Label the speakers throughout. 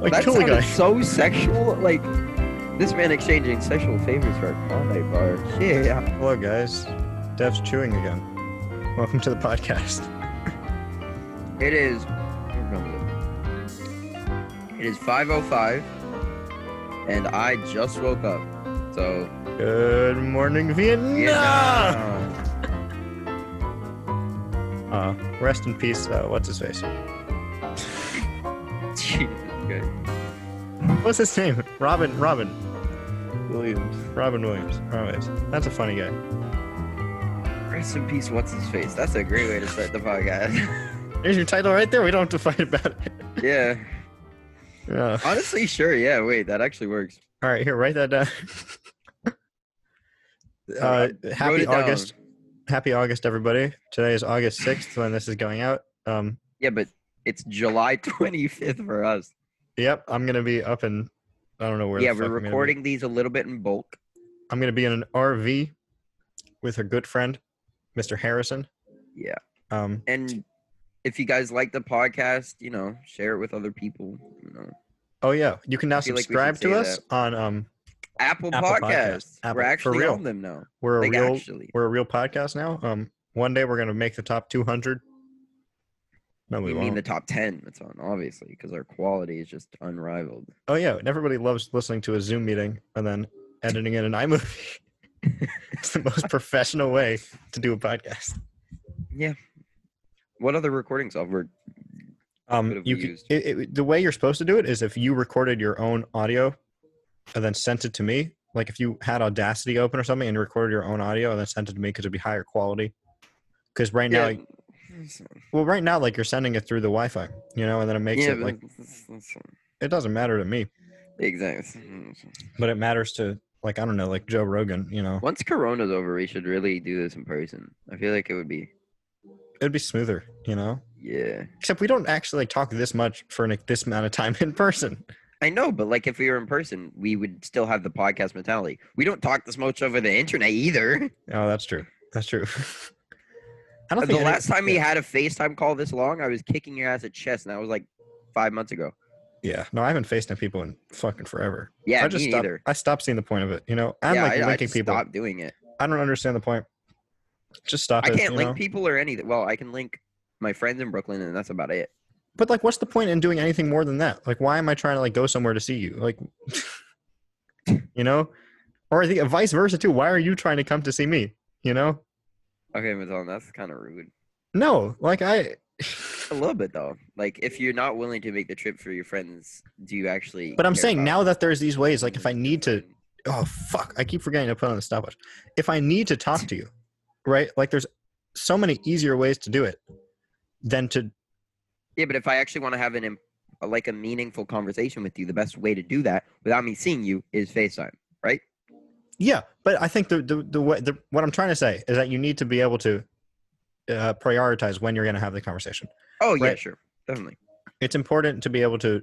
Speaker 1: Like,
Speaker 2: that
Speaker 1: kill the guy.
Speaker 2: sounded so sexual. Like this man exchanging sexual favors for a combat bar. Shit. yeah.
Speaker 1: Hello, guys. Dev's chewing again. Welcome to the podcast.
Speaker 2: It is. where comes It It is 5:05, and I just woke up. So
Speaker 1: Good morning, Vietnam.
Speaker 2: yeah.
Speaker 1: Uh, rest in peace. Uh, what's his face?
Speaker 2: Jesus, good.
Speaker 1: What's his name? Robin. Robin.
Speaker 2: Williams.
Speaker 1: Robin Williams. Robin Williams. That's a funny guy.
Speaker 2: Rest in peace. What's his face? That's a great way to start the podcast.
Speaker 1: There's your title right there. We don't have to fight about it.
Speaker 2: yeah.
Speaker 1: Yeah.
Speaker 2: Honestly, sure. Yeah. Wait, that actually works.
Speaker 1: All right, here. Write that down. uh,
Speaker 2: Wrote
Speaker 1: happy
Speaker 2: it down.
Speaker 1: August. Happy August, everybody. Today is August 6th when this is going out. Um,
Speaker 2: Yeah, but it's July 25th for us.
Speaker 1: Yep, I'm gonna be up in. I don't know where.
Speaker 2: yeah,
Speaker 1: the
Speaker 2: we're
Speaker 1: fuck I'm gonna be.
Speaker 2: recording these a little bit in bulk.
Speaker 1: I'm gonna be in an RV with a good friend, Mr. Harrison.
Speaker 2: Yeah.
Speaker 1: Um,
Speaker 2: And if you guys like the podcast, you know, share it with other people. You know.
Speaker 1: oh yeah, you can now
Speaker 2: I feel like we should
Speaker 1: subscribe to
Speaker 2: say
Speaker 1: us on. Um,
Speaker 2: Apple,
Speaker 1: Apple Podcasts.
Speaker 2: Podcasts.
Speaker 1: Apple- for
Speaker 2: We're actually
Speaker 1: real.
Speaker 2: on them now.
Speaker 1: we're a
Speaker 2: Like
Speaker 1: real,
Speaker 2: actually.
Speaker 1: we're a real podcast now. Um, one day we're gonna make the top 200. No, we
Speaker 2: We
Speaker 1: won't.
Speaker 2: mean the top ten it's on, obviously, because our quality is just unrivaled.
Speaker 1: oh yeah, and everybody loves listening to a Zoom meeting and then editing it in iMovie. it's the most professional way to do a podcast.
Speaker 2: What other Oh, recording software?
Speaker 1: Um,
Speaker 2: have
Speaker 1: you
Speaker 2: we
Speaker 1: could,
Speaker 2: used?
Speaker 1: it, it, the way you're supposed to do it is if you recorded your own audio and then sent it to me. Like if you had Audacity open or something and you recorded your own audio and then sent it to me because it'd be higher quality. Because right now,
Speaker 2: yeah.
Speaker 1: well, right now, like you're sending it through the Wi-Fi, you know, and then it makes
Speaker 2: yeah,
Speaker 1: it
Speaker 2: but
Speaker 1: like
Speaker 2: that's- that's-
Speaker 1: it doesn't matter to me,
Speaker 2: exactly.
Speaker 1: but it matters to like I don't know, like Joe Rogan, you know,
Speaker 2: Once Corona's over, we should really do this in person. I feel like it would be,
Speaker 1: it'd be smoother, you know.
Speaker 2: yeah.
Speaker 1: Except we don't actually like talk this much for like this amount of time in person.
Speaker 2: I know, but like if we were in person, we would still have the podcast mentality. We don't talk this much over the internet either.
Speaker 1: Oh, that's true. That's true. I don't
Speaker 2: Uh, The
Speaker 1: think any-
Speaker 2: last time we
Speaker 1: yeah.
Speaker 2: had a FaceTime call this long, I was kicking your ass at chess, and that was like five months ago.
Speaker 1: Yeah, no, I haven't faced people in fucking forever.
Speaker 2: Yeah,
Speaker 1: I just
Speaker 2: me
Speaker 1: stopped.
Speaker 2: neither.
Speaker 1: I stopped seeing the point of it. You know, I'm
Speaker 2: yeah,
Speaker 1: like
Speaker 2: I, I
Speaker 1: linking
Speaker 2: just
Speaker 1: people.
Speaker 2: stopped doing it.
Speaker 1: I don't understand the point. Just stop
Speaker 2: I
Speaker 1: it.
Speaker 2: can't
Speaker 1: you
Speaker 2: link
Speaker 1: know?
Speaker 2: people or anything. Well, I can link my friends in Brooklyn, and that's about it.
Speaker 1: But like, what's the point in doing anything more than that? Like, why am I trying to like go somewhere to see you? Like, you know, or I think vice versa too. Why are you trying to come to see me? You know,
Speaker 2: Okay, Mazzon, that's kind of rude.
Speaker 1: no, like I.
Speaker 2: A little bit though. Like if you're not willing to make the trip for your friends, do you actually?
Speaker 1: But I'm
Speaker 2: care
Speaker 1: saying
Speaker 2: about
Speaker 1: now
Speaker 2: them?
Speaker 1: that there's these ways, like if I need to oh fuck i keep forgetting to put on the stopwatch if i need to talk to you right like there's so many easier ways to do it than to
Speaker 2: Yeah, but if I actually want to have an im- a- like a meaningful conversation with you, the best way to do that without me seeing you is FaceTime.
Speaker 1: yeah but i think the the, the way the, what i'm trying to say is that you need to be able to uh, prioritize when you're going to have the conversation
Speaker 2: Oh yeah,
Speaker 1: Right.
Speaker 2: sure, definitely.
Speaker 1: it's important to be able to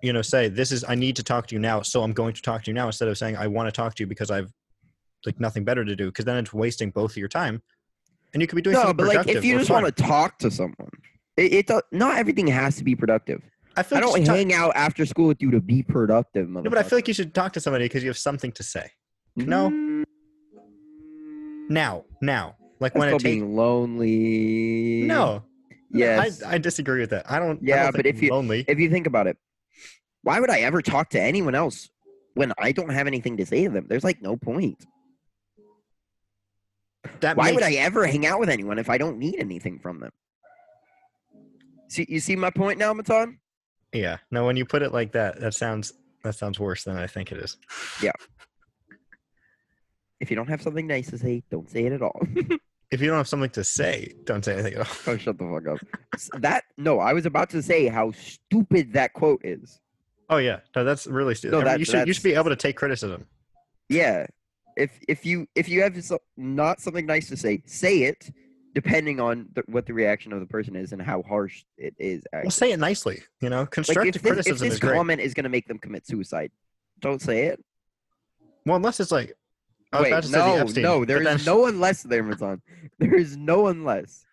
Speaker 1: you know say this is i need to talk to you now so i'm going to talk to you now instead of saying i want to talk to you because i've like nothing better to do because then it's wasting both of your time and you could be doing
Speaker 2: No,
Speaker 1: something
Speaker 2: but like
Speaker 1: productive
Speaker 2: if you
Speaker 1: or
Speaker 2: just
Speaker 1: fun.
Speaker 2: want to talk to someone, it, it do- not everything has to be productive.
Speaker 1: i feel
Speaker 2: I
Speaker 1: like you
Speaker 2: don't
Speaker 1: should talk-
Speaker 2: hang out after school with you to be productive,
Speaker 1: No, but I feel like you should talk to somebody because you have something to say. no. Now, now, like
Speaker 2: Mm, That's
Speaker 1: when it
Speaker 2: called
Speaker 1: takes.
Speaker 2: being lonely.
Speaker 1: No,
Speaker 2: Yes.
Speaker 1: I, I disagree with that. I don't. I
Speaker 2: Yeah,
Speaker 1: don't
Speaker 2: but
Speaker 1: think
Speaker 2: if you-
Speaker 1: lonely,
Speaker 2: if you think about it, why would I ever talk to anyone else when I don't have anything to say to them? There's like no point.
Speaker 1: that
Speaker 2: Why
Speaker 1: makes,
Speaker 2: would I ever hang out with anyone if I don't need anything from them? See, you see my point now, Matan?
Speaker 1: Yeah, no. When you put it like that, that sounds that sounds worse than I think it is.
Speaker 2: If you don't have something nice to say, don't say it at all.
Speaker 1: If you don't have something to say, don't say anything at all.
Speaker 2: oh, shut the fuck up. S- That no, I was about to say how stupid that quote is.
Speaker 1: Oh yeah, no, that's really stupid.
Speaker 2: No,
Speaker 1: I mean,
Speaker 2: that-
Speaker 1: you should you should be able to take criticism.
Speaker 2: Yeah, if if you if you have so, not something nice to say, say it. Depending on the, what the reaction of the person is and how harsh it is.
Speaker 1: Well,
Speaker 2: Actually.
Speaker 1: say it nicely. You know,
Speaker 2: Like
Speaker 1: constructive
Speaker 2: if this, if
Speaker 1: criticism
Speaker 2: this
Speaker 1: is great.
Speaker 2: comment is going to make them commit suicide, don't say it.
Speaker 1: well, unless it's like. I was
Speaker 2: Wait,
Speaker 1: about to say
Speaker 2: no,
Speaker 1: the Epstein,
Speaker 2: no,
Speaker 1: but
Speaker 2: there
Speaker 1: then-
Speaker 2: is no unless there, Mazan. There is no unless.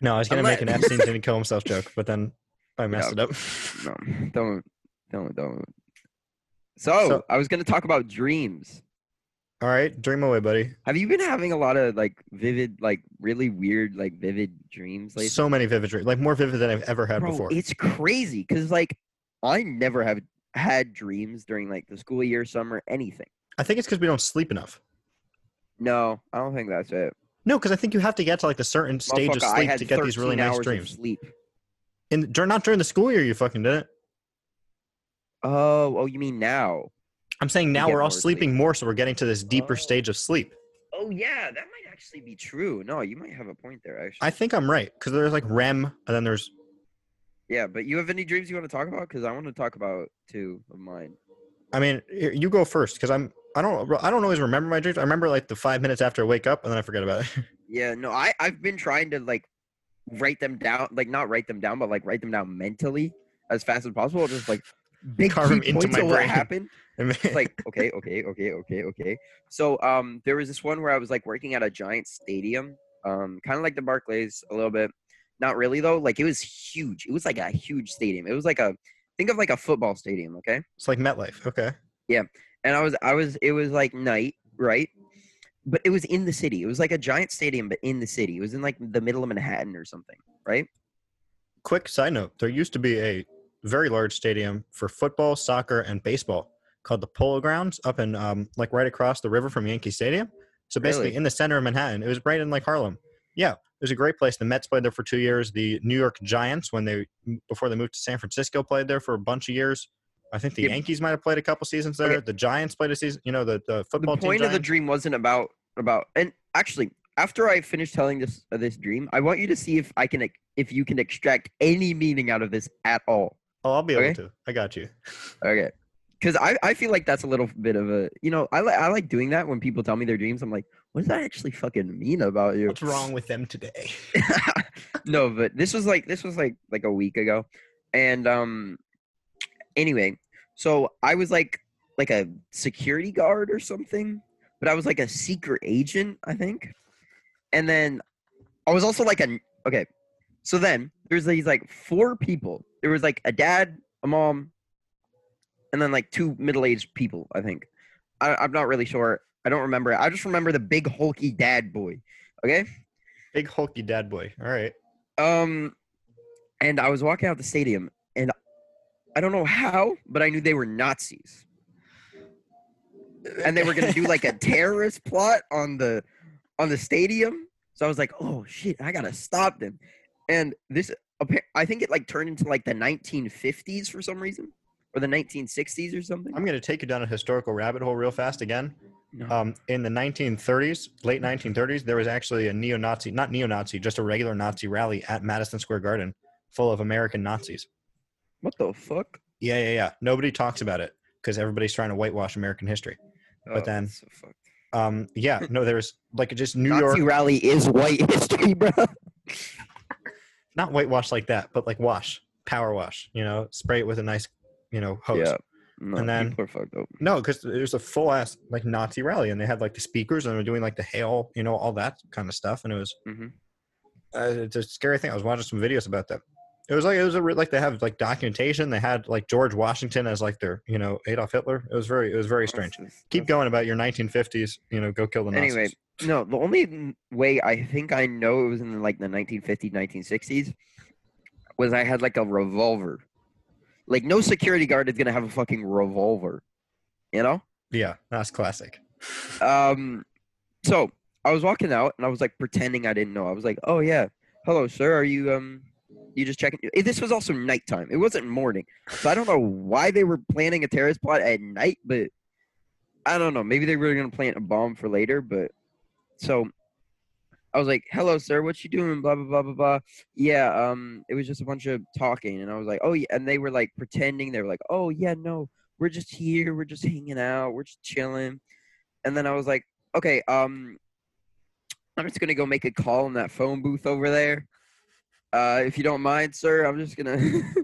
Speaker 1: No, I was gonna make an
Speaker 2: Unless-
Speaker 1: Epstein didn't kill himself joke, but then I messed it up.
Speaker 2: No, don't, don't, don't. So,
Speaker 1: So-
Speaker 2: I was gonna talk about dreams.
Speaker 1: All right, dream away, buddy.
Speaker 2: Have you been having a lot of like vivid, like really weird, like vivid dreams lately?
Speaker 1: So many vivid dreams, like more vivid than I've ever had
Speaker 2: Bro,
Speaker 1: before.
Speaker 2: it's crazy because like I never have had dreams during like the school year, summer, anything.
Speaker 1: I think it's because we don't sleep enough.
Speaker 2: No, I don't think that's it.
Speaker 1: No, because I think you have to get to like a certain stage
Speaker 2: Motherfucker,
Speaker 1: of
Speaker 2: I
Speaker 1: sleep
Speaker 2: had
Speaker 1: to get these really
Speaker 2: 13
Speaker 1: nice
Speaker 2: hours of
Speaker 1: dreams.
Speaker 2: Sleep.
Speaker 1: In dur- not during the school year, you fucking did it.
Speaker 2: Oh, oh, you mean now?
Speaker 1: I'm saying now
Speaker 2: get
Speaker 1: we're all
Speaker 2: more sleep.
Speaker 1: sleeping more, so we're getting to this deeper
Speaker 2: Oh.
Speaker 1: stage of sleep.
Speaker 2: Oh yeah, that might actually be true. No, you might have a point there actually.
Speaker 1: I think I'm right because there's like REM, and then there's
Speaker 2: yeah, but you have any dreams you want to talk about? Because I want to talk about two of mine.
Speaker 1: I mean, y- you go first because I'm. I don't. I don't always remember my dreams. I remember like the five minutes after I wake up, and then I forget about it.
Speaker 2: Yeah, no, I I've been trying to like write them down, like not write them down, but like write them down mentally as fast as possible. Just like big
Speaker 1: Carve
Speaker 2: key
Speaker 1: them into
Speaker 2: points
Speaker 1: my
Speaker 2: of what
Speaker 1: brain.
Speaker 2: happened.
Speaker 1: And
Speaker 2: It's like okay, okay, okay, okay, okay. So um, there was this one where I was like working at a giant stadium, um, kind of like the Barclays a little bit. Not really though. Like it was huge. It was like a huge stadium. It was like a think of like a football stadium. Okay.
Speaker 1: it's like MetLife. Okay.
Speaker 2: and I was I was it was like night, right? But it was in the city. It was like a giant stadium, but in the city. It was in like the middle of Manhattan or something, right?
Speaker 1: Quick side note: There used to be a very large stadium for football, soccer, and baseball called the Polo Grounds up in um, like right across the river from Yankee Stadium. So basically,
Speaker 2: Really?
Speaker 1: in the center of Manhattan, it was right in like Harlem. Yeah, it was a great place. The Mets played there for two years. The New York Giants, when they before they moved to San Francisco, played there for a bunch of years. I think the
Speaker 2: Yeah.
Speaker 1: Yankees might have played a couple seasons there.
Speaker 2: Okay.
Speaker 1: The Giants played a season. You know, the, the football
Speaker 2: the point
Speaker 1: team.
Speaker 2: of the
Speaker 1: Giants.
Speaker 2: dream wasn't about about and actually after I finish telling this uh, this dream, I want you to see if I can ex- if you can extract any meaning out of this at all.
Speaker 1: oh, I'll be able
Speaker 2: okay.
Speaker 1: to. I got you.
Speaker 2: Okay. Cause I, I feel like that's a little bit of a you know, I like I like doing that when people tell me their dreams. I'm like, what does that actually fucking mean about you?
Speaker 1: What's wrong with them today?
Speaker 2: no, but this was like this was like like a week ago, and um, anyway, so I was like like a security guard or something, but I was like a secret agent, I think, and then I was also like a okay. So then there's these like four people. There was like a dad, a mom, and then like two middle-aged people. I think I, I'm not really sure. I don't remember. I just remember the big hulky dad boy. Okay.
Speaker 1: Big hulky dad boy. All right.
Speaker 2: Um, and I was walking out the stadium, and I don't know how, but I knew they were Nazis, and they were gonna do like a terrorist plot on the on the stadium. So I was like, "Oh shit, I gotta stop them." And this, appa- I think it like turned into like the 1950s for some reason, or the 1960s or something.
Speaker 1: I'm going to take you down a historical rabbit hole real fast again.
Speaker 2: No.
Speaker 1: Um, in the 1930s, late 1930s, there was actually a neo-Nazi, not neo-Nazi, just a regular Nazi rally at Madison Square Garden, full of American Nazis.
Speaker 2: what the fuck?
Speaker 1: Yeah, yeah, yeah. Nobody talks about it because everybody's trying to whitewash American history. But
Speaker 2: Oh,
Speaker 1: then-
Speaker 2: that's so fucked.
Speaker 1: Um, yeah, no, there's like just New
Speaker 2: Nazi
Speaker 1: York,
Speaker 2: rally is white history, bro.
Speaker 1: not whitewash like that, but like wash, power wash. You know, spray it with a nice, you know, hose.
Speaker 2: Yeah, no,
Speaker 1: And then-
Speaker 2: people are fucked up.
Speaker 1: No, because it was a full ass like Nazi rally, and they had like the speakers, and they were doing like the hail, you know, all that kind of stuff, and it was
Speaker 2: Mhm.
Speaker 1: uh, it's a scary thing. I was watching some videos about that. It was like it was a, re- like they have like documentation. They had like George Washington as like their you know Adolf Hitler. It was very it was very strange.
Speaker 2: That's-
Speaker 1: Keep going about your 1950s. You know, go kill the Nazis.
Speaker 2: Anyway, No, the only n- way I think I know it was in like the 1950s, 1960s was I had like a revolver. Like no security guard is gonna have a fucking revolver, you know.
Speaker 1: yeah, that's classic.
Speaker 2: Um, so I was walking out and I was like pretending I didn't know. I was like, "Oh yeah, hello sir, are you um, you just checking?" Eh, This was also nighttime. It wasn't morning, so I don't know why they were planning a terrorist plot at night, but I don't know. Maybe they were gonna plant a bomb for later, but so I was like, "Hello sir, what you doing?" Blah blah blah blah blah. Yeah, um, it was just a bunch of talking, and I was like, "Oh yeah," and they were like pretending they were like, "Oh yeah, no." We're just here. We're just hanging out. We're just chilling and then I was like, okay, um, I'm just gonna go make a call in that phone booth over there. Uh, if you don't mind, sir, I'm just gonna.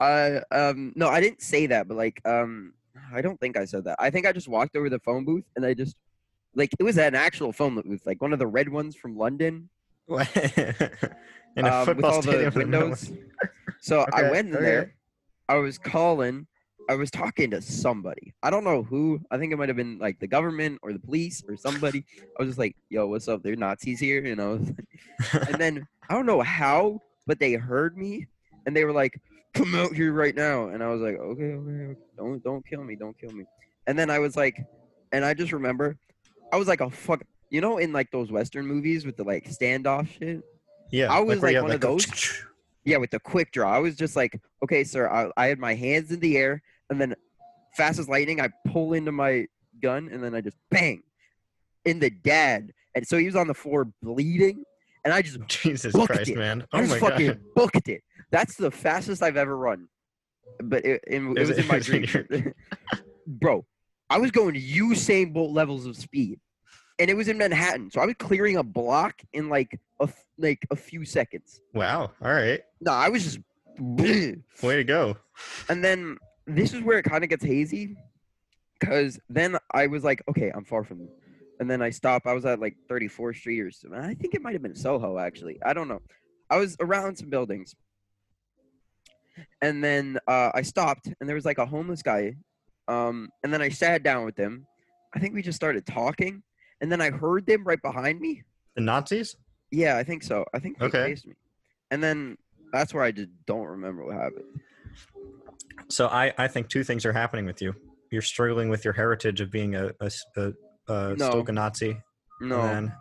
Speaker 2: I um no, I didn't say that, but like um, I don't think I said that. I think I just walked over to the phone booth and I just like it was an actual phone booth, like one of the red ones from London,
Speaker 1: in a
Speaker 2: um, with
Speaker 1: football
Speaker 2: all Um, the
Speaker 1: stadium in the middle of-
Speaker 2: windows. So I
Speaker 1: Okay,
Speaker 2: went in
Speaker 1: okay.
Speaker 2: there. I was calling. I was talking to somebody. I don't know who. I think it might have been like the government or the police or somebody. I was just like, "Yo, what's up? They're Nazis here," you know. and then I don't know how, but they heard me and they were like, "Come out here right now!" And I was like, "Okay, okay, okay. don't don't kill me, don't kill me." And then I was like, and I just remember, I was like a fuck. You know, in like those Western movies with the like standoff shit.
Speaker 1: Yeah,
Speaker 2: I was
Speaker 1: where
Speaker 2: like
Speaker 1: you have,
Speaker 2: one of
Speaker 1: a
Speaker 2: those. Yeah, with the quick draw. I was just like, okay, sir, I, I had my hands in the air, and then fast as lightning, I pull into my gun, and then I just bang in the dad. And so he was on the floor bleeding, and I just,
Speaker 1: Jesus
Speaker 2: Look at
Speaker 1: Christ,
Speaker 2: it.
Speaker 1: man!
Speaker 2: I
Speaker 1: Oh
Speaker 2: just
Speaker 1: my
Speaker 2: fucking
Speaker 1: god!
Speaker 2: booked it. That's the fastest I've ever run. But it, it, it
Speaker 1: Is
Speaker 2: was
Speaker 1: it-
Speaker 2: in my
Speaker 1: is it
Speaker 2: dream. Bro, I was going Usain Bolt levels of speed. And it was in Manhattan, so I was clearing a block in like a f- like a few seconds.
Speaker 1: Wow. All right.
Speaker 2: No, I was just. and
Speaker 1: Way to go.
Speaker 2: then this is where it kind of gets hazy, because then I was like, okay, I'm far from them. And then I stop. I was at like 34th Street or something. I think it might have been Soho actually. I don't know. I was around some buildings, and then uh, I stopped, and there was like a homeless guy. Um, and then I sat down with them. I think we just started talking, and then I heard them right behind me.
Speaker 1: The Nazis?
Speaker 2: Yeah, I think so. I think they
Speaker 1: Okay.
Speaker 2: chased me. And then that's where I just don't remember what happened.
Speaker 1: So I, I think two things are happening with you. You're struggling with your heritage of being a, a, s- a- a
Speaker 2: No.
Speaker 1: Stoka Nazi.
Speaker 2: No,
Speaker 1: And then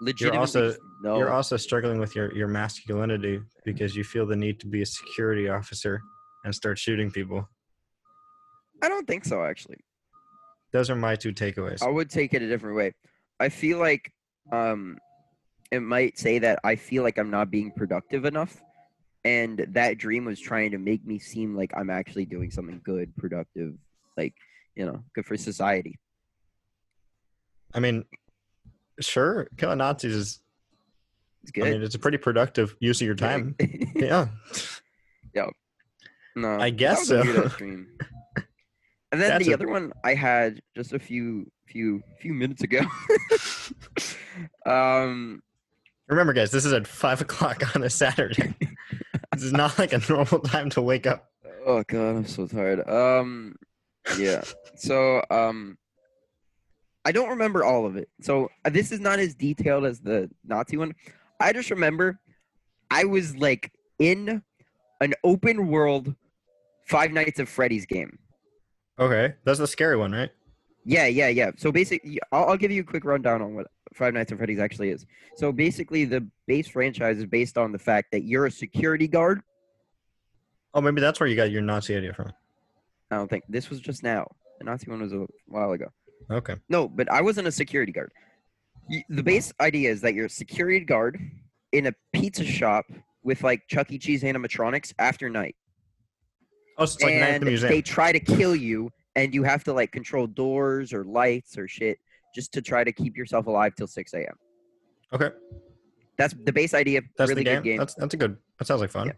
Speaker 2: legitimately,
Speaker 1: also-
Speaker 2: just no.
Speaker 1: you're also struggling with your, your masculinity because you feel the need to be a security officer and start shooting people.
Speaker 2: I don't think so. Actually,
Speaker 1: Those are my two takeaways.
Speaker 2: I would take it a different way. I feel like um, it might say that I feel like I'm not being productive enough, and that dream was trying to make me seem like I'm actually doing something good, productive, like you know, good for society.
Speaker 1: I mean, sure, killing Nazis is,
Speaker 2: It's
Speaker 1: I
Speaker 2: good.
Speaker 1: mean, it's a pretty productive use of your time. yeah.
Speaker 2: No,
Speaker 1: I
Speaker 2: that
Speaker 1: guess
Speaker 2: was a
Speaker 1: so.
Speaker 2: weird ass dream. And then
Speaker 1: That's
Speaker 2: the
Speaker 1: a-
Speaker 2: other one I had just a few, few, few minutes ago. um,
Speaker 1: Remember, guys, this is at five o'clock on a Saturday. this is not like a normal time to wake up.
Speaker 2: oh god, I'm so tired. Um, yeah. So, um, I don't remember all of it. So uh, this is not as detailed as the Nazi one. I just remember I was like in an open world Five Nights at Freddy's game.
Speaker 1: Okay, that's the scary one, right?
Speaker 2: Yeah, yeah, yeah. So basically, I'll, I'll give you a quick rundown on what Five Nights at Freddy's actually is. So basically, the base franchise is based on the fact that you're a security guard.
Speaker 1: Oh, maybe that's where you got your Nazi idea from.
Speaker 2: I don't think this was just now. The Nazi one was a while ago.
Speaker 1: Okay.
Speaker 2: No, but I wasn't a security guard. Y- The base idea is that you're a security guard in a pizza shop with like Chuck E. Cheese animatronics after night.
Speaker 1: Oh, so it's like Night at
Speaker 2: and
Speaker 1: the Museum.
Speaker 2: they try to kill you, and you have to like control doors or lights or shit just to try to keep yourself alive till 6 a.m.
Speaker 1: okay,
Speaker 2: That's the base idea.
Speaker 1: that's the
Speaker 2: really
Speaker 1: game.
Speaker 2: good game.
Speaker 1: That's that's a good. That sounds like fun.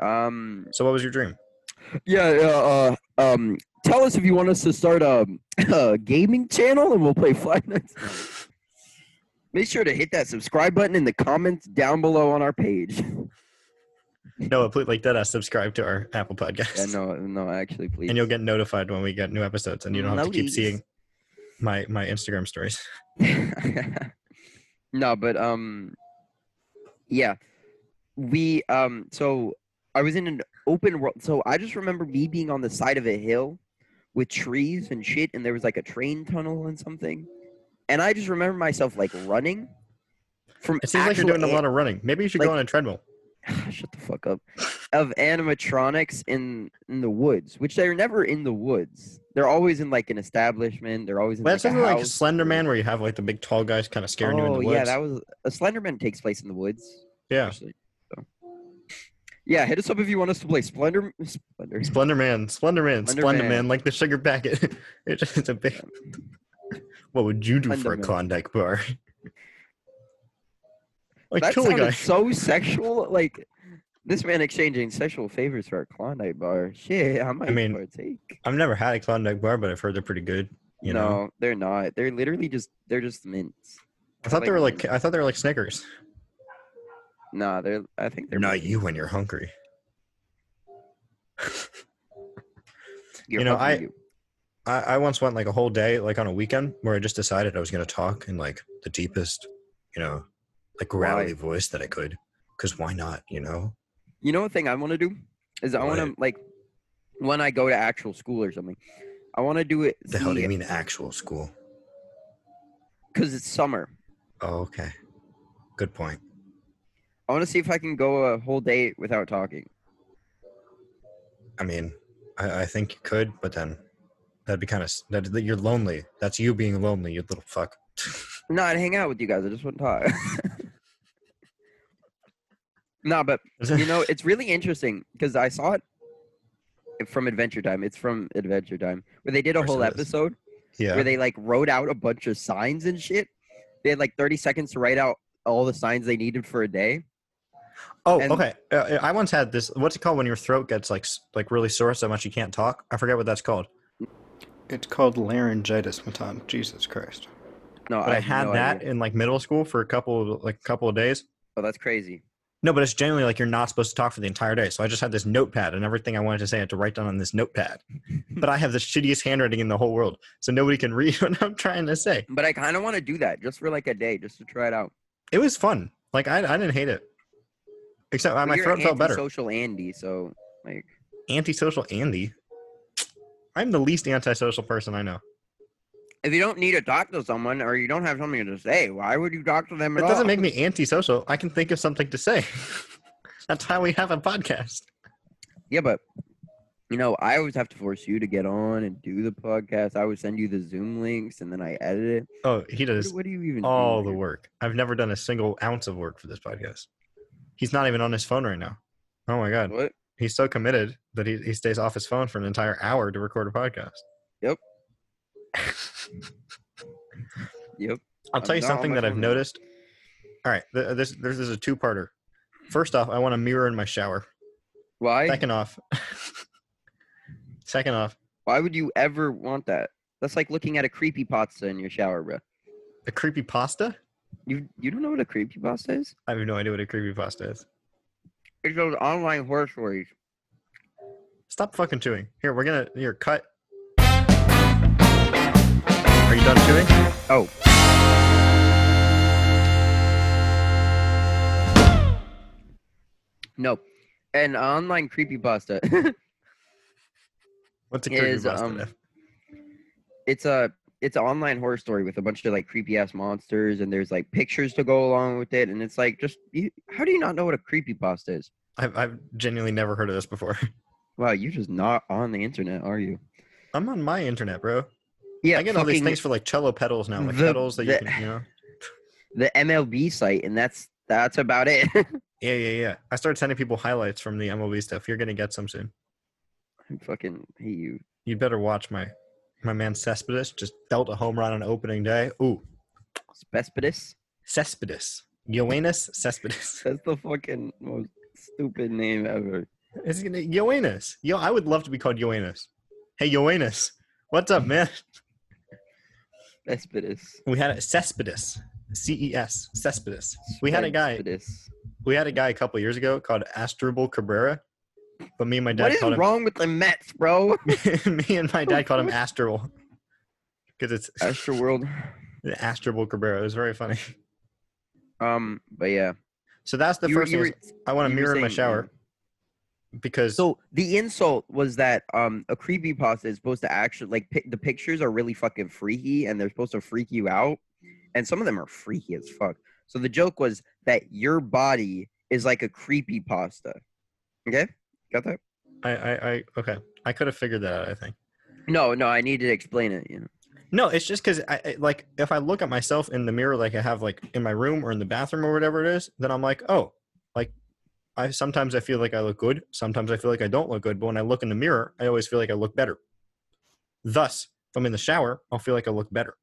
Speaker 2: Yeah. Um,
Speaker 1: So, what was your dream?
Speaker 2: yeah. Uh, uh, um, tell us if you want us to start a, a gaming channel, and we'll play Five Nights. Make sure to hit that subscribe button in the comments down below on our page.
Speaker 1: No, please, like that. Uh, subscribe to our Apple Podcast,
Speaker 2: Mm-hmm. yeah, no, no, actually, please.
Speaker 1: and you'll get notified when we get new episodes, and you don't have to keep
Speaker 2: Notice.
Speaker 1: seeing my my Instagram stories.
Speaker 2: no, but um, yeah, we um, so I was in an open world, so I just remember me being on the side of a hill with trees and shit, and there was like a train tunnel and something, and I just remember myself like running from.
Speaker 1: It seems like you're
Speaker 2: actual
Speaker 1: doing a
Speaker 2: an-
Speaker 1: lot of running. Maybe you should go
Speaker 2: like-
Speaker 1: on a treadmill.
Speaker 2: shut the fuck up of animatronics in in the woods, which they're never in the woods. They're always in like an establishment. They're always in
Speaker 1: Well, that's
Speaker 2: like, a
Speaker 1: something like
Speaker 2: house
Speaker 1: Slender
Speaker 2: or-
Speaker 1: Man, where you have like the big tall guys kind of scaring you in the
Speaker 2: Oh,
Speaker 1: woods.
Speaker 2: Yeah, that was a Slenderman takes place in the woods.
Speaker 1: yeah.
Speaker 2: Actually, so. Yeah, hit us up if you want us to play Splendor. Splendor.
Speaker 1: Splendor Man, Splendor Man,
Speaker 2: Splendor
Speaker 1: Splendor
Speaker 2: Man.
Speaker 1: Man, like the sugar packet. it's just a big. What would you do for
Speaker 2: Splendor
Speaker 1: a
Speaker 2: Man.
Speaker 1: Klondike bar? Like
Speaker 2: that
Speaker 1: kill a
Speaker 2: sounded
Speaker 1: guy.
Speaker 2: so sexual. Like this man exchanging sexual favors for a Klondike bar. Shit, I might
Speaker 1: mean,
Speaker 2: partake.
Speaker 1: I've never had a Klondike bar, but I've heard they're pretty good. You
Speaker 2: no,
Speaker 1: know,
Speaker 2: they're not. They're literally just they're just mints.
Speaker 1: I thought they
Speaker 2: like
Speaker 1: were
Speaker 2: mint.
Speaker 1: like I thought they were like Snickers.
Speaker 2: Nah, they're. I think they're.
Speaker 1: Not
Speaker 2: mint.
Speaker 1: you when you're hungry.
Speaker 2: You're
Speaker 1: You know,
Speaker 2: helping
Speaker 1: I-
Speaker 2: you.
Speaker 1: I, I once went like a whole day, like on a weekend, where I just decided I was going to talk in like the deepest, you know, like gravelly voice that I could. Because why not? You know,
Speaker 2: You know what thing I want to do is I want to like when I go to actual school or something. I want to do it
Speaker 1: the hell do you mean actual school?
Speaker 2: because it's summer.
Speaker 1: Oh, okay, good point.
Speaker 2: I want to see if I can go a whole day without talking.
Speaker 1: I mean, I, I think you could, but then that'd be kind of that, that you're lonely. That's you being lonely, you little fuck.
Speaker 2: No, I'd hang out with you guys. I just wouldn't talk. nah, but you know, it's really interesting because I saw it from Adventure Time. It's from Adventure Time where they did a
Speaker 1: Of course
Speaker 2: whole
Speaker 1: it is.
Speaker 2: episode
Speaker 1: yeah,
Speaker 2: where they like wrote out a bunch of signs and shit. They had like 30 seconds to write out all the signs they needed for a day.
Speaker 1: Oh,
Speaker 2: And-
Speaker 1: okay. Uh, I once had this. What's it called when your throat gets like s- like really sore so much you can't talk? I forget what that's called.
Speaker 3: It's called laryngitis, Matan. Jesus Christ.
Speaker 2: No,
Speaker 1: But I,
Speaker 2: have
Speaker 1: had
Speaker 2: no
Speaker 1: that
Speaker 2: idea.
Speaker 1: in like middle school for a couple of, like a couple of days.
Speaker 2: Oh, that's crazy.
Speaker 1: No, but it's generally like you're not supposed to talk for the entire day. So I just had this notepad and everything I wanted to say I had to write down on this notepad. but I have the shittiest handwriting in the whole world, so nobody can read what I'm trying to say.
Speaker 2: But I kind of want to do that just for like a day, just to try it out.
Speaker 1: It was fun. Like I, I didn't hate it. Except uh,
Speaker 2: But
Speaker 1: my
Speaker 2: you're
Speaker 1: throat felt better.
Speaker 2: Antisocial Andy, so like
Speaker 1: Antisocial Andy. I'm the least antisocial person I know.
Speaker 2: if you don't need to talk to someone or you don't have something to say, why would you talk to them at
Speaker 1: It
Speaker 2: all?
Speaker 1: doesn't make me antisocial. I can think of something to say. That's how we have a podcast.
Speaker 2: Yeah, but you know, I always have to force you to get on and do the podcast. I would send you the Zoom links and then I edit it.
Speaker 1: Oh, he
Speaker 2: What,
Speaker 1: does
Speaker 2: what do you even do
Speaker 1: all the
Speaker 2: here?
Speaker 1: work. I've never done a single ounce of work for this podcast. He's not even on his phone right now. Oh my god.
Speaker 2: What?
Speaker 1: He's so committed that he, he stays off his phone for an entire hour to record a podcast.
Speaker 2: Yep. Yep.
Speaker 1: I'll tell
Speaker 2: I'm
Speaker 1: you
Speaker 2: not on
Speaker 1: something
Speaker 2: my
Speaker 1: that I've
Speaker 2: phone now.
Speaker 1: noticed. All right, th- this this is a two-parter. First off, I want a mirror in my shower.
Speaker 2: Why?
Speaker 1: Second off, second off,
Speaker 2: Why would you ever want that? That's like looking at a creepy pasta in your shower, bro.
Speaker 1: a creepy pasta.
Speaker 2: You you don't know what a creepy pasta is?
Speaker 1: I have no idea what a creepy pasta is.
Speaker 2: It's those online horror stories.
Speaker 1: Stop fucking chewing. Here, we're gonna here cut. Are you done chewing?
Speaker 2: Oh. No. An online creepypasta.
Speaker 1: What's a
Speaker 2: Is,
Speaker 1: creepy pasta?
Speaker 2: um, it's a it's an online horror story with a bunch of like creepy ass monsters and there's like pictures to go along with it and it's like just you, how do you not know what a creepypasta is?
Speaker 1: I've I've genuinely never heard of this before.
Speaker 2: Wow, you're just not on the internet, are you?
Speaker 1: I'm on my internet, bro.
Speaker 2: Yeah,
Speaker 1: I get all these
Speaker 2: fucking
Speaker 1: things for like cello pedals now, like
Speaker 2: the-
Speaker 1: pedals that you
Speaker 2: the-
Speaker 1: can, you know.
Speaker 2: the MLB site and that's that's about it.
Speaker 1: Yeah, yeah, yeah. I started sending people highlights from the MLB stuff. You're gonna get some soon.
Speaker 2: I fucking hate you.
Speaker 1: You better watch my my man Cespedes just dealt a home run on opening day. Ooh,
Speaker 2: Cespedes.
Speaker 1: Cespedes, Ioannis Cespedes.
Speaker 2: That's the fucking most stupid name ever.
Speaker 1: It's gonna Ioannis. Yo, I would love to be called Ioannis. Hey, Ioannis, what's up, man?
Speaker 2: Cespedes.
Speaker 1: We had a Cespedes, C E S, Cespedes. We had a guy.
Speaker 2: Cespedes.
Speaker 1: We had a guy a couple years ago called Astrubal Cabrera, but me and my
Speaker 2: What
Speaker 1: dad
Speaker 2: is
Speaker 1: called him.
Speaker 2: wrong with the Mets, bro?
Speaker 1: me and my dad called him Astrubal because it's
Speaker 2: Astroworld.
Speaker 1: Astrubal Cabrera. It was very funny.
Speaker 2: Um, but yeah.
Speaker 1: So that's the
Speaker 2: You were-
Speaker 1: first
Speaker 2: you
Speaker 1: thing. is
Speaker 2: were-
Speaker 1: I want a
Speaker 2: you were
Speaker 1: mirror in my
Speaker 2: saying-
Speaker 1: shower because
Speaker 2: So the insult was that um a creepy pasta is supposed to actually like pi- the pictures are really fucking freaky and they're supposed to freak you out, and some of them are freaky as fuck. So the joke was that your body is like a creepy pasta. Okay, got that?
Speaker 1: I, I, I okay. I could have figured that out. I think.
Speaker 2: No, no, I need to explain it. You know,
Speaker 1: No, it's just because I I- like if I look at myself in the mirror, like I have like in my room or in the bathroom or whatever it is, then I'm like, oh, like I sometimes I feel like I look good, sometimes I feel like I don't look good, but when I look in the mirror, I always feel like I look better. Thus, if I'm in the shower, I'll feel like I look better.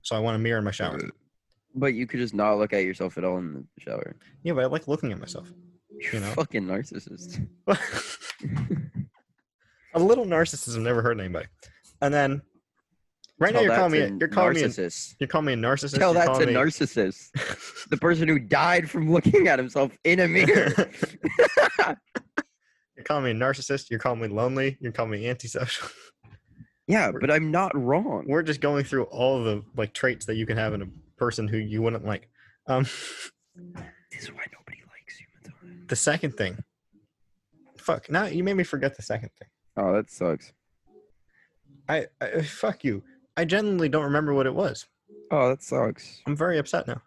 Speaker 1: So I want a mirror in my shower.
Speaker 2: Mm. but you could just not look at yourself at all in the shower.
Speaker 1: Yeah, but I like looking at myself.
Speaker 2: You're
Speaker 1: You know.
Speaker 2: fucking narcissist.
Speaker 1: a little narcissism never hurt anybody. And then right now
Speaker 2: Tell
Speaker 1: you're
Speaker 2: that
Speaker 1: calling me
Speaker 2: to
Speaker 1: a- you're calling me a-
Speaker 2: narcissist.
Speaker 1: you're calling me a narcissist.
Speaker 2: Tell
Speaker 1: you're
Speaker 2: that to
Speaker 1: calling me-
Speaker 2: narcissist, the person who died from looking at himself in a mirror.
Speaker 1: you're You're calling me a narcissist. You're calling me lonely. You're calling me antisocial.
Speaker 2: Yeah, but I'm not wrong.
Speaker 1: We're just going through all the like traits that you can have in a person who you wouldn't like. Um,
Speaker 2: This is why nobody likes you, Matthias.
Speaker 1: the second thing. Fuck. Now you made me forget the second thing.
Speaker 2: Oh, that sucks.
Speaker 1: I, I fuck you. I genuinely don't remember what it was.
Speaker 2: Oh, that sucks.
Speaker 1: I'm very upset now.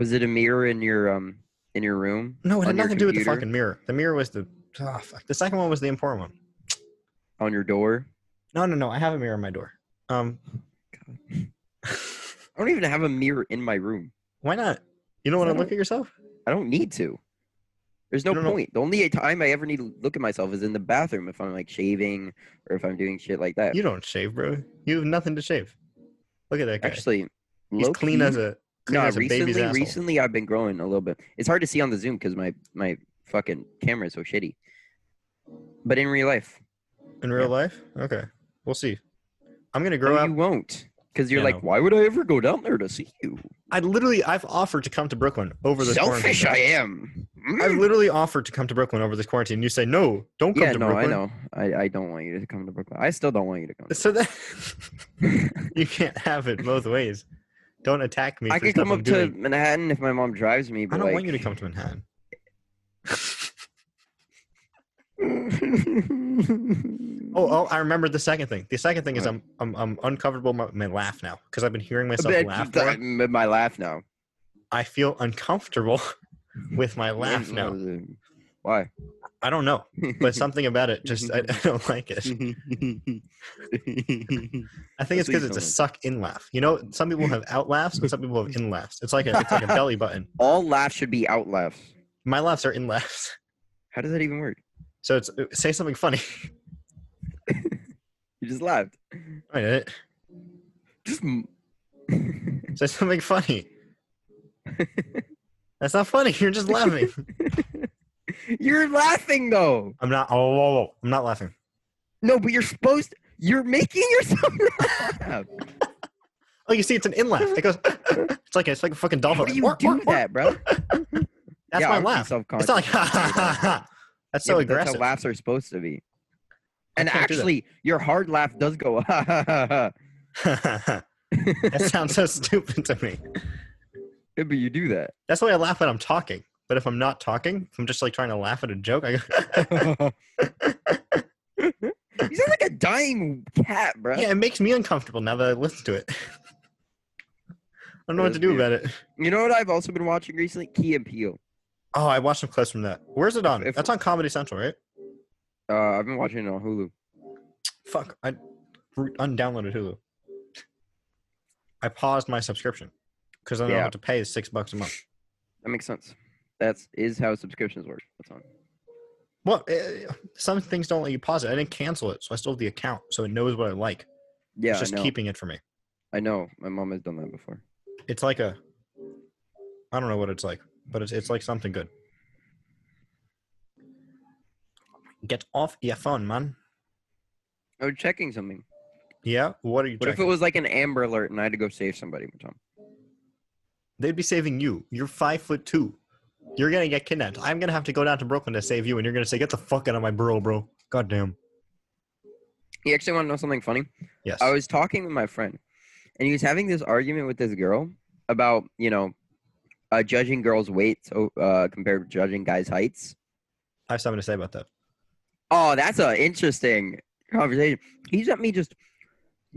Speaker 2: Was it a mirror in your um in your room?
Speaker 1: No, it had
Speaker 2: On your
Speaker 1: nothing to do with the
Speaker 2: computer?
Speaker 1: fucking mirror. The mirror was the ah fuck. The second one was the important one.
Speaker 2: On your door?
Speaker 1: No, no, no. I have a mirror on my door. Um,
Speaker 2: I don't even have a mirror in my room.
Speaker 1: why not? You don't
Speaker 2: I
Speaker 1: want to
Speaker 2: don't-
Speaker 1: look at yourself?
Speaker 2: I don't need to. There's no
Speaker 1: No, no, no.
Speaker 2: point. The only time I ever need to look at myself is in the bathroom if I'm like shaving or if I'm doing shit like that.
Speaker 1: You don't shave, bro. You have nothing to shave. Look at that guy.
Speaker 2: Actually,
Speaker 1: He's
Speaker 2: low
Speaker 1: clean
Speaker 2: key-
Speaker 1: as a clean
Speaker 2: no,
Speaker 1: as a baby's
Speaker 2: recently,
Speaker 1: asshole.
Speaker 2: recently I've been growing a little bit. It's hard to see on the Zoom because my my fucking camera is so shitty. But in real life,
Speaker 1: In real
Speaker 2: yeah.
Speaker 1: life? Okay. We'll see. I'm gonna grow
Speaker 2: no,
Speaker 1: out.
Speaker 2: you won't. Because you're
Speaker 1: Yeah,
Speaker 2: like,
Speaker 1: no.
Speaker 2: why would I ever go down there to see you?
Speaker 1: I literally I've offered to come to Brooklyn over this
Speaker 2: Selfish I
Speaker 1: quarantine.
Speaker 2: am.
Speaker 1: I've
Speaker 2: Mm.
Speaker 1: literally offered to come to Brooklyn over this quarantine. You say no, don't come
Speaker 2: yeah,
Speaker 1: to
Speaker 2: no,
Speaker 1: Brooklyn.
Speaker 2: I know. I, I don't want you to come to Brooklyn. I still don't want you to come. To
Speaker 1: So that you can't have it both ways. Don't attack me.
Speaker 2: I
Speaker 1: for
Speaker 2: could come
Speaker 1: stuff I'm
Speaker 2: up to
Speaker 1: doing.
Speaker 2: Manhattan if my mom drives me. But
Speaker 1: I don't
Speaker 2: like,
Speaker 1: want you to come to Manhattan.
Speaker 2: oh,
Speaker 1: Oh, oh, I remember the second thing. The second thing is
Speaker 2: What?
Speaker 1: I'm I'm I'm uncomfortable with my, my laugh now because I've been hearing myself laugh. more.
Speaker 2: my laugh now.
Speaker 1: I feel uncomfortable with my laugh
Speaker 2: Mm,
Speaker 1: now.
Speaker 2: Why?
Speaker 1: I don't know, but something about it just I, I don't like
Speaker 2: Mm.
Speaker 1: it. I think it's
Speaker 2: Please
Speaker 1: because it's a
Speaker 2: don't.
Speaker 1: suck in laugh. You know, some people have out laughs and some people have in laughs. It's like a it's like a belly button.
Speaker 2: All laughs should be out laughs.
Speaker 1: My laughs are in laughs.
Speaker 2: How does that even work?
Speaker 1: So it's uh, say something funny.
Speaker 2: You just laughed.
Speaker 1: Wait a minute.
Speaker 2: Just. m-
Speaker 1: Say something funny. That's not funny. You're just laughing.
Speaker 2: you're laughing though.
Speaker 1: I'm not. Oh, whoa, whoa. I'm not laughing.
Speaker 2: No, but you're supposed. You're making yourself laugh.
Speaker 1: Oh, you see, it's an in laugh. It goes. it's like it's like a fucking dolphin.
Speaker 2: How do you
Speaker 1: Work,
Speaker 2: do
Speaker 1: work, work.
Speaker 2: that, bro?
Speaker 1: That's
Speaker 2: Yeah,
Speaker 1: my
Speaker 2: I would be
Speaker 1: laugh. It's
Speaker 2: self-conscious
Speaker 1: not like
Speaker 2: if I
Speaker 1: ha ha
Speaker 2: did that.
Speaker 1: ha ha. That's so
Speaker 2: Yeah, but
Speaker 1: aggressive.
Speaker 2: That's how laughs are supposed to be.
Speaker 1: I
Speaker 2: And
Speaker 1: can't do that.
Speaker 2: actually, your hard laugh does go. Ha, ha, ha, ha.
Speaker 1: that sounds so stupid to me.
Speaker 2: Yeah, But you do that.
Speaker 1: That's why I laugh when I'm talking. But if I'm not talking, if I'm just like trying to laugh at a joke, I go,
Speaker 2: you sound like a dying cat, bro.
Speaker 1: yeah, it makes me uncomfortable now that I listen to it. I don't know what
Speaker 2: That is
Speaker 1: to do
Speaker 2: weird.
Speaker 1: about it.
Speaker 2: You know what I've also been watching recently? Key and Peele.
Speaker 1: Oh, I watched some clips from that. Where's it on?
Speaker 2: If-
Speaker 1: That's on Comedy Central, right?
Speaker 2: Uh, I've been watching it on Hulu.
Speaker 1: Fuck, I re- undownloaded Hulu. I paused my subscription because I don't know
Speaker 2: Yeah.
Speaker 1: what to pay is six bucks a month.
Speaker 2: That makes sense. That's is how subscriptions work. That's on.
Speaker 1: Well, uh, some things don't let you pause it. I didn't cancel it, so I still have the account, so it knows what I like.
Speaker 2: Yeah,
Speaker 1: it's just
Speaker 2: I know.
Speaker 1: keeping it for me.
Speaker 2: I know. My mom has done that before.
Speaker 1: It's like a, I don't know what it's like, but it's it's like something good. Get off your phone, man.
Speaker 2: I was checking something.
Speaker 1: Yeah, what are you
Speaker 2: What if
Speaker 1: checking?
Speaker 2: it was like an Amber Alert and I had to go save somebody, Tom?
Speaker 1: They'd be saving you. You're five foot two. You're gonna get kidnapped. I'm gonna have to go down to Brooklyn to save you, and you're gonna say, "Get the fuck out of my bro, bro." Goddamn.
Speaker 2: You actually want to know something funny?
Speaker 1: Yes.
Speaker 2: I was talking with my friend, and he was having this argument with this girl about you know, uh, judging girls' weights o- uh, compared to judging guys' heights.
Speaker 1: I have something to say about that.
Speaker 2: Oh, that's an interesting conversation. He sent me just,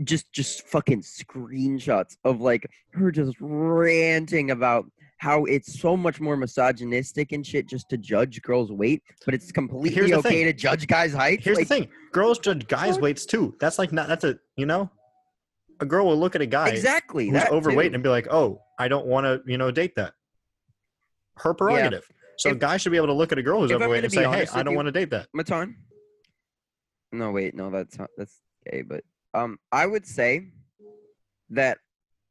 Speaker 2: just, just fucking screenshots of like her just ranting about how it's so much more misogynistic and shit just to judge girls' weight, but it's completely
Speaker 1: the
Speaker 2: okay
Speaker 1: thing.
Speaker 2: to judge guys' heights.
Speaker 1: Here's
Speaker 2: Like,
Speaker 1: the thing: girls judge guys'
Speaker 2: What?
Speaker 1: weights too. That's like not. That's a you know, a girl will look at a guy
Speaker 2: exactly.
Speaker 1: who's
Speaker 2: that
Speaker 1: overweight
Speaker 2: too.
Speaker 1: and be like, "Oh, I don't want to you know date that." Her prerogative. So
Speaker 2: If-
Speaker 1: a guy should be able to look at a girl who's
Speaker 2: if I'm
Speaker 1: overweight
Speaker 2: gonna
Speaker 1: and
Speaker 2: be
Speaker 1: say, "Hey,
Speaker 2: honest
Speaker 1: I
Speaker 2: with
Speaker 1: don't
Speaker 2: you-
Speaker 1: want to date that."
Speaker 2: Matan? No, wait, no, that's not, that's gay, but um, I would say that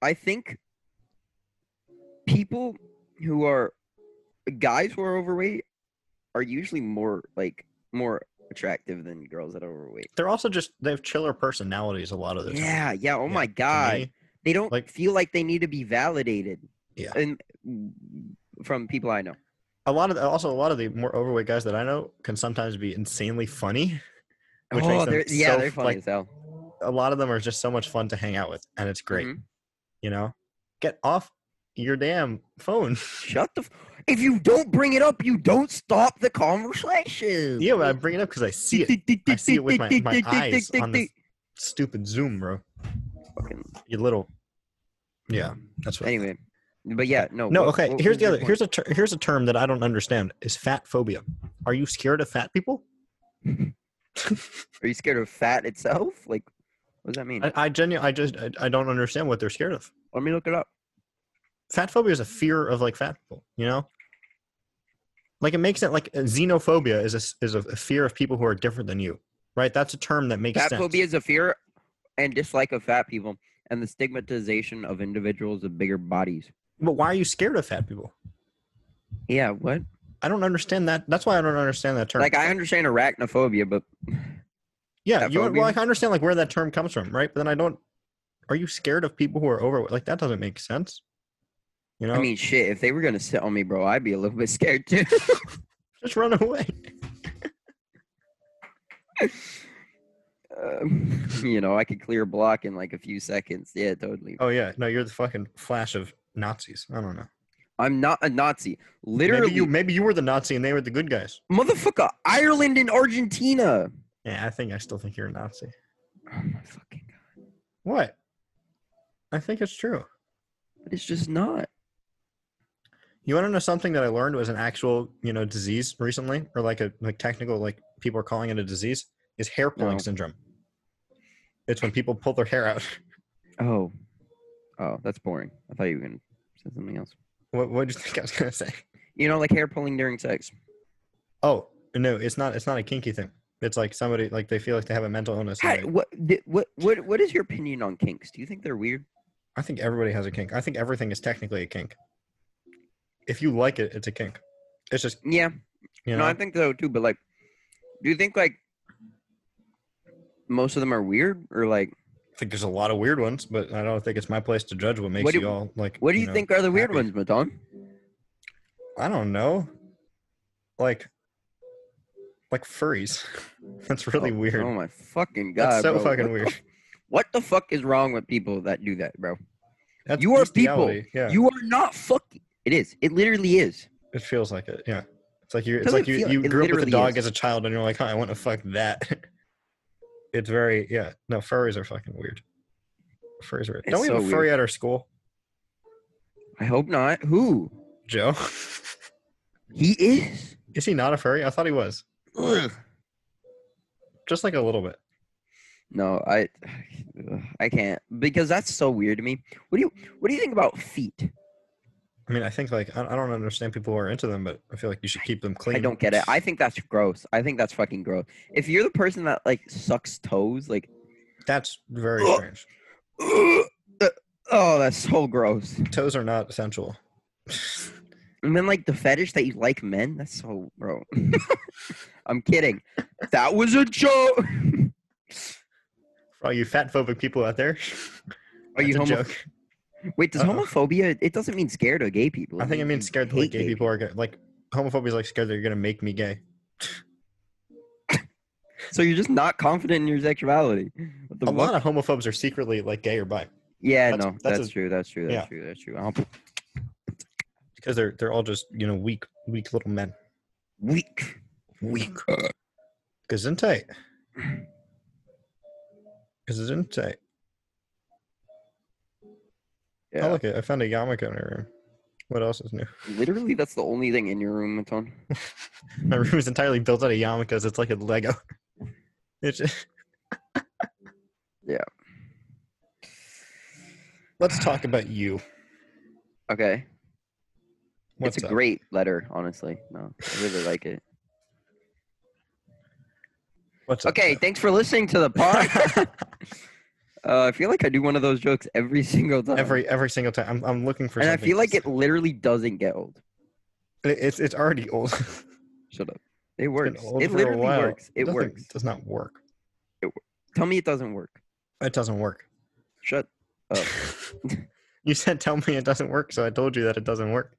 Speaker 2: I think people who are guys who are overweight are usually more like more attractive than girls that are overweight.
Speaker 1: They're also just they have chiller personalities a lot of the time.
Speaker 2: Yeah, yeah. Oh
Speaker 1: Yeah,
Speaker 2: my
Speaker 1: To
Speaker 2: god,
Speaker 1: me,
Speaker 2: they don't
Speaker 1: like-
Speaker 2: feel like they need to be validated.
Speaker 1: Yeah.
Speaker 2: and from people I know.
Speaker 1: a lot of the, also a lot of the more overweight guys that I know can sometimes be insanely funny. Which
Speaker 2: oh,
Speaker 1: makes
Speaker 2: they're,
Speaker 1: them
Speaker 2: yeah,
Speaker 1: so,
Speaker 2: they're funny
Speaker 1: like,
Speaker 2: as hell.
Speaker 1: a lot of them are just so much fun to hang out with, and it's great.
Speaker 2: Mhm.
Speaker 1: You know, get off your damn phone.
Speaker 2: Shut the. F- if you don't bring it up, you don't stop the conversation.
Speaker 1: yeah, but I bring it up because I see it. I see it with my, my eyes on this stupid Zoom, bro.
Speaker 2: Fucking-
Speaker 1: You little. Yeah, that's what.
Speaker 2: Anyway, but yeah, no.
Speaker 1: No,
Speaker 2: Oh, what-
Speaker 1: okay.
Speaker 2: what
Speaker 1: here's
Speaker 2: was
Speaker 1: the
Speaker 2: your
Speaker 1: other.
Speaker 2: point?
Speaker 1: Here's a ter- here's a term that I don't understand is fat phobia. Are you scared of fat people?
Speaker 2: Are you scared of fat itself? Like, what does that mean?
Speaker 1: I, I genu- I just I, I don't understand what they're scared of.
Speaker 2: Let me look it up.
Speaker 1: Fat phobia is a fear of like fat people. You know. Like it makes it like uh, xenophobia is a s- is a, a fear of people who are different than you, right? That's a term that makes
Speaker 2: Fat
Speaker 1: sense.
Speaker 2: phobia is a fear and dislike of fat people and the stigmatization of individuals with bigger bodies.
Speaker 1: But why are you scared of fat people?
Speaker 2: Yeah, what?
Speaker 1: I don't understand that. That's why I don't understand that term.
Speaker 2: Like, I understand arachnophobia, but
Speaker 1: yeah,
Speaker 2: fat
Speaker 1: you well,
Speaker 2: phobia.
Speaker 1: like, I understand like where that term comes from, right? But then I don't. Are you scared of people who are overweight? Like that doesn't make sense. You know,
Speaker 2: I mean, shit, if they were going to sit on me, bro, I'd be a little bit scared too.
Speaker 1: just run away.
Speaker 2: Um, you know, I could clear a block in like a few seconds. Yeah, totally.
Speaker 1: Oh yeah, no, you're the fucking flash of Nazis. I don't know.
Speaker 2: I'm not a Nazi. Literally,
Speaker 1: Maybe you, maybe you were the Nazi and they were the good guys.
Speaker 2: motherfucker, Ireland and Argentina.
Speaker 1: Yeah, I think I still think you're a Nazi.
Speaker 2: Oh my fucking god.
Speaker 1: What? I think it's true.
Speaker 2: But it's just not.
Speaker 1: You want to know something that I learned was an actual, you know, disease recently, or like a like technical, like people are calling it a disease, is hair pulling
Speaker 2: No.
Speaker 1: syndrome. It's when people pull their hair out.
Speaker 2: Oh. Oh, that's boring. I thought you were going to say something else.
Speaker 1: what What did you think I was gonna say?
Speaker 2: You know, like hair pulling during sex.
Speaker 1: Oh no, it's not. It's not a kinky thing. It's like somebody like they feel like they have a mental illness. and
Speaker 2: How,
Speaker 1: they-
Speaker 2: what, th- what, what, what is your opinion on kinks? Do you think they're weird?
Speaker 1: I think everybody has a kink. I think everything is technically a kink. If you like it, it's a kink. It's just
Speaker 2: Yeah.
Speaker 1: you
Speaker 2: No,
Speaker 1: know.
Speaker 2: I think so too. But like, do you think like most of them are weird or like,
Speaker 1: I think there's a lot of weird ones, but I don't think it's my place to judge what makes
Speaker 2: What do-
Speaker 1: you all like.
Speaker 2: what do you
Speaker 1: know,
Speaker 2: think are the weird
Speaker 1: happy.
Speaker 2: ones, Maton?
Speaker 1: I don't know. Like, like furries. That's really
Speaker 2: Oh,
Speaker 1: weird.
Speaker 2: Oh my fucking god!
Speaker 1: That's so
Speaker 2: bro.
Speaker 1: fucking
Speaker 2: What the-
Speaker 1: weird.
Speaker 2: what the fuck is wrong with people that do that, bro?
Speaker 1: That's
Speaker 2: You are people.
Speaker 1: bestiality. Yeah,
Speaker 2: You are not fucking. It is. It literally is.
Speaker 1: it feels like it. Yeah, it's like you. It's
Speaker 2: Doesn't
Speaker 1: like you.
Speaker 2: feel-
Speaker 1: You
Speaker 2: it
Speaker 1: grew up with a
Speaker 2: literally
Speaker 1: dog as
Speaker 2: is.
Speaker 1: a child, and you're like, "Huh, I want to fuck that. it's very yeah. No, furries are fucking weird. Furries are. Weird.
Speaker 2: It's
Speaker 1: Don't we have
Speaker 2: so
Speaker 1: a furry at our school,
Speaker 2: I hope not. Who
Speaker 1: Joe?
Speaker 2: he is?
Speaker 1: Is he not a furry? I thought he was.
Speaker 2: Ugh.
Speaker 1: Just like a little bit.
Speaker 2: No, I, ugh, I can't because that's so weird to me. What do you What do you think about feet?
Speaker 1: I mean, I think like I I don't understand people who are into them, but I feel like you should keep them clean.
Speaker 2: I don't get it. I think that's gross. I think that's fucking gross. If you're the person that like sucks toes, like,
Speaker 1: That's very
Speaker 2: Ugh.
Speaker 1: strange.
Speaker 2: ugh, uh, oh, that's so gross.
Speaker 1: Toes are not sensual.
Speaker 2: And then like the fetish that you like men, that's so bro. I'm kidding. That was a joke.
Speaker 1: For all you fat phobic people out there,
Speaker 2: Are you
Speaker 1: that's a
Speaker 2: homo-
Speaker 1: joke.
Speaker 2: Wait, does
Speaker 1: Uh-oh.
Speaker 2: homophobia? It doesn't mean scared of gay people.
Speaker 1: I think it means scared that
Speaker 2: hate
Speaker 1: like gay people are gonna, like homophobia is like scared that you're gonna make me gay.
Speaker 2: So you're just not confident in your sexuality. What the
Speaker 1: A lot
Speaker 2: fuck?
Speaker 1: of homophobes are secretly like gay or bi
Speaker 2: yeah,
Speaker 1: that's-
Speaker 2: no,
Speaker 1: that's
Speaker 2: that's,
Speaker 1: a-
Speaker 2: true. That's true. That's
Speaker 1: yeah.
Speaker 2: true. That's true. I'm
Speaker 1: because they're they're all just you know weak weak little men.
Speaker 2: weak.
Speaker 1: Weak. Gesundheit. Gesundheit.
Speaker 2: Yeah.
Speaker 1: Oh look, I found a yarmulke in my room. What else is new?
Speaker 2: Literally, that's the only thing in your room, Maton.
Speaker 1: My room is entirely built out of yarmulkes. It's like a Lego. It's
Speaker 2: Yeah.
Speaker 1: Let's talk about you.
Speaker 2: Okay,
Speaker 1: What's
Speaker 2: it's a
Speaker 1: up?
Speaker 2: great letter, honestly. No, I really like it.
Speaker 1: What's up,
Speaker 2: Okay,
Speaker 1: Joe?
Speaker 2: thanks for listening to the pod. uh, I feel like I do one of those jokes every single time.
Speaker 1: every every single time. I'm I'm looking for.
Speaker 2: and I
Speaker 1: something
Speaker 2: feel
Speaker 1: to
Speaker 2: like
Speaker 1: say.
Speaker 2: it literally doesn't get old.
Speaker 1: It- It's it's already old. It's
Speaker 2: Shut up. It
Speaker 1: been
Speaker 2: works.
Speaker 1: old
Speaker 2: It
Speaker 1: for a
Speaker 2: literally
Speaker 1: while.
Speaker 2: works. It
Speaker 1: doesn't-
Speaker 2: works.
Speaker 1: Does not work.
Speaker 2: Tell me it doesn't work.
Speaker 1: It doesn't work.
Speaker 2: Shut. up. Oh.
Speaker 1: you said tell me it doesn't work, so I told you that it doesn't work.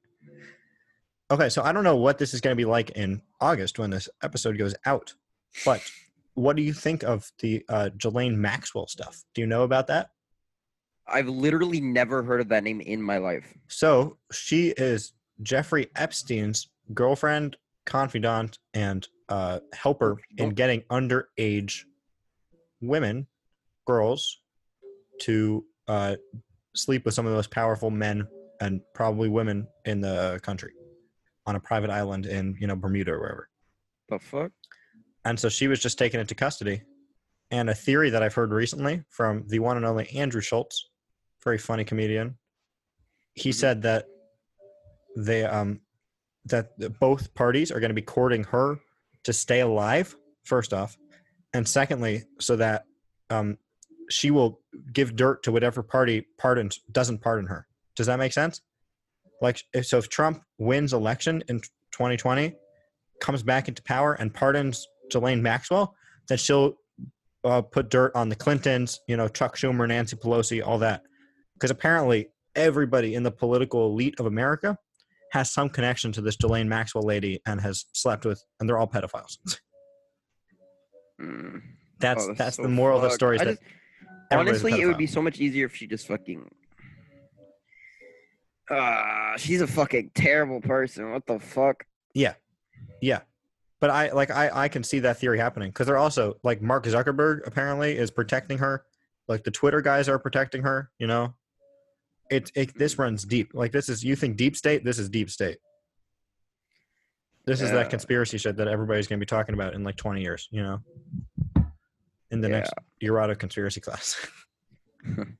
Speaker 1: Okay, so I don't know what this is going to be like in August when this episode goes out, but what do you think of the uh, Jelaine Maxwell stuff? Do you know about that?
Speaker 2: I've literally never heard of that name in my life.
Speaker 1: So she is Jeffrey Epstein's girlfriend, confidant, and uh, helper in getting underage women, girls, to uh, sleep with some of the most powerful men and probably women in the country on a private island in you know Bermuda or wherever.
Speaker 2: The fuck?
Speaker 1: And so she was just taken into custody. And a theory that I've heard recently from the one and only Andrew Schultz, very funny comedian, he
Speaker 2: Mhm.
Speaker 1: said that they um that the- both parties are going to be courting her to stay alive first off, and secondly, so that um she will give dirt to whatever party pardons doesn't pardon her. Does that make sense? Like if, so, if Trump wins election in 2020, comes back into power and pardons Jelaine Maxwell, then she'll uh, put dirt on the Clintons, you know, Chuck Schumer, Nancy Pelosi, all that. Because apparently everybody in the political elite of America has some connection to this Jelaine Maxwell lady and has slept with, and they're all pedophiles.
Speaker 2: Mm.
Speaker 1: That's
Speaker 2: Oh,
Speaker 1: that's,
Speaker 2: so
Speaker 1: the moral of the
Speaker 2: fucked.
Speaker 1: story. Is
Speaker 2: I
Speaker 1: that
Speaker 2: just-
Speaker 1: everybody's a
Speaker 2: honestly, it would
Speaker 1: pedophile.
Speaker 2: be so much easier if she just fucking. Ah, she's a fucking terrible person. What the fuck?
Speaker 1: Yeah. But I like I, I can see that theory happening because they're also like Mark Zuckerberg apparently is protecting her, like the Twitter guys are protecting her. You know, it, it this runs deep. Like this is you think deep state. This is deep state. This is
Speaker 2: Yeah.
Speaker 1: that conspiracy shit that everybody's gonna be talking about in like twenty years. You know, in the next erotic conspiracy class.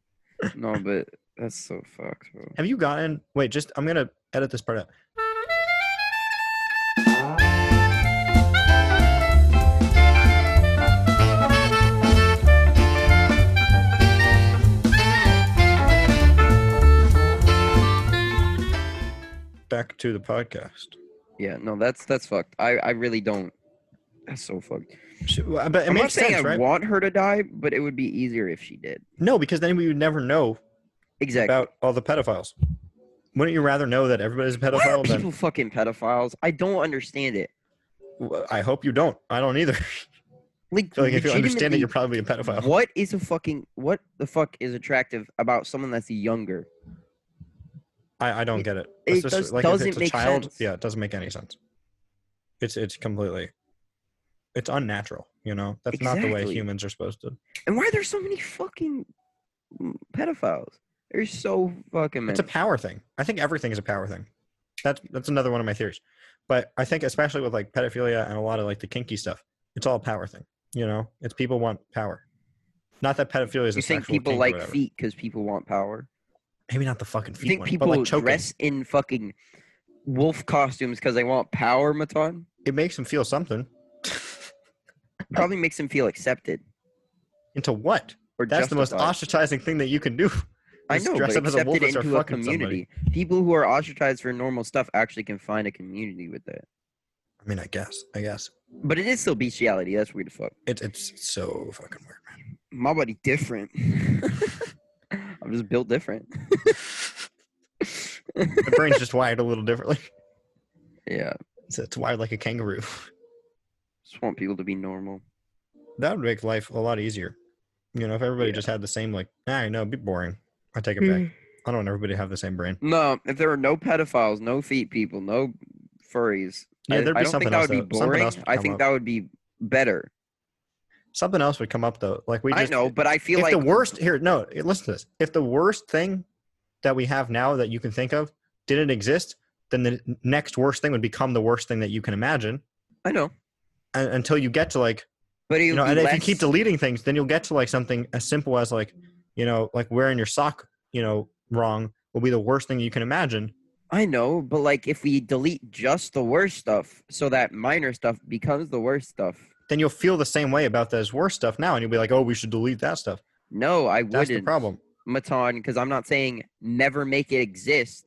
Speaker 2: No, but that's so fucked, bro.
Speaker 1: Have you gotten? Wait, just I'm gonna edit this part out. Back to the podcast.
Speaker 2: Yeah, no, that's that's fucked. I I really don't. That's so fucked.
Speaker 1: Sh- well, But it
Speaker 2: I'm not
Speaker 1: makes
Speaker 2: saying
Speaker 1: sense,
Speaker 2: I
Speaker 1: right?
Speaker 2: want her to die, but it would be easier if she did.
Speaker 1: no, because then we would never know
Speaker 2: Exactly.
Speaker 1: about all the pedophiles. Wouldn't you rather know that everybody's a
Speaker 2: Why are
Speaker 1: pedophile than
Speaker 2: people fucking pedophiles? I don't understand it.
Speaker 1: Well, I hope you don't. I don't either.
Speaker 2: Like,
Speaker 1: So, like if you understand it,
Speaker 2: legitimately,
Speaker 1: you're probably a pedophile.
Speaker 2: what is a fucking what the fuck is attractive about someone that's younger?
Speaker 1: I, I don't
Speaker 2: It-
Speaker 1: get it.
Speaker 2: it
Speaker 1: It's just,
Speaker 2: does-
Speaker 1: like if
Speaker 2: doesn't
Speaker 1: it's a
Speaker 2: make
Speaker 1: child,
Speaker 2: sense.
Speaker 1: Yeah, it doesn't make any sense. It's it's completely, it's unnatural. You know, that's not the way
Speaker 2: Exactly.
Speaker 1: humans are supposed to.
Speaker 2: And why are there so many fucking mm, pedophiles? They're so fucking many.
Speaker 1: It's a power thing. I think everything is a power thing. That's that's another one of my theories. But I think especially with like pedophilia and a lot of like the kinky stuff, it's all a power thing. You know, it's people want power. Not that pedophilia is.
Speaker 2: you
Speaker 1: a
Speaker 2: think
Speaker 1: sexual
Speaker 2: people
Speaker 1: kink or
Speaker 2: like
Speaker 1: whatever.
Speaker 2: feet because people want power?
Speaker 1: Maybe not the fucking feet
Speaker 2: You think
Speaker 1: one,
Speaker 2: people
Speaker 1: but like choking.
Speaker 2: dress in fucking wolf costumes because they want power, Matan?
Speaker 1: It makes them feel something.
Speaker 2: Probably makes them feel accepted.
Speaker 1: Into what?
Speaker 2: Or
Speaker 1: That's the most
Speaker 2: justified.
Speaker 1: ostracizing thing that you can do.
Speaker 2: I
Speaker 1: is
Speaker 2: know,
Speaker 1: dress
Speaker 2: but
Speaker 1: up as a
Speaker 2: accepted
Speaker 1: wolf and start
Speaker 2: into a
Speaker 1: fucking somebody.
Speaker 2: community. People who are ostracized for normal stuff actually can find a community with that.
Speaker 1: I mean, I guess. I guess.
Speaker 2: But it is still bestiality. That's weird as fuck.
Speaker 1: It's it's so fucking weird, man.
Speaker 2: My body different. I'm just built different.
Speaker 1: My brain's just wired a little differently.
Speaker 2: Yeah,
Speaker 1: It's, it's wired like a kangaroo.
Speaker 2: just want people to be normal.
Speaker 1: That would make life a lot easier. You know, if everybody just had the same, like, nah, no, it'd be boring. I take
Speaker 2: Hmm.
Speaker 1: it back. I don't want everybody to have the same brain.
Speaker 2: No, if there were no pedophiles, no feet people, no furries,
Speaker 1: Yeah,
Speaker 2: I,
Speaker 1: there'd
Speaker 2: I
Speaker 1: be
Speaker 2: don't
Speaker 1: something
Speaker 2: think that
Speaker 1: else
Speaker 2: would be
Speaker 1: that- something
Speaker 2: boring.
Speaker 1: else would
Speaker 2: I
Speaker 1: come
Speaker 2: think
Speaker 1: up.
Speaker 2: that would be better.
Speaker 1: Something else would come up though. Like we
Speaker 2: I
Speaker 1: just
Speaker 2: know, but I feel
Speaker 1: if
Speaker 2: like
Speaker 1: the worst here, no, listen to this. If the worst thing that we have now that you can think of didn't exist, then the n- next worst thing would become the worst thing that you can imagine
Speaker 2: I know,
Speaker 1: and, until you get to like
Speaker 2: but it
Speaker 1: you
Speaker 2: would
Speaker 1: know,
Speaker 2: be
Speaker 1: and
Speaker 2: less,
Speaker 1: if you keep deleting things, then you'll get to like something as simple as like, you know, like wearing your sock, you know, wrong will be the worst thing you can imagine.
Speaker 2: I know, but like if we delete just the worst stuff, so that minor stuff becomes the worst stuff.
Speaker 1: Then you'll feel the same way about those worst stuff now, and you'll be like, oh, we should delete that stuff.
Speaker 2: No, I
Speaker 1: That's the
Speaker 2: wouldn't,
Speaker 1: problem.
Speaker 2: Matan, because I'm not saying never make it exist.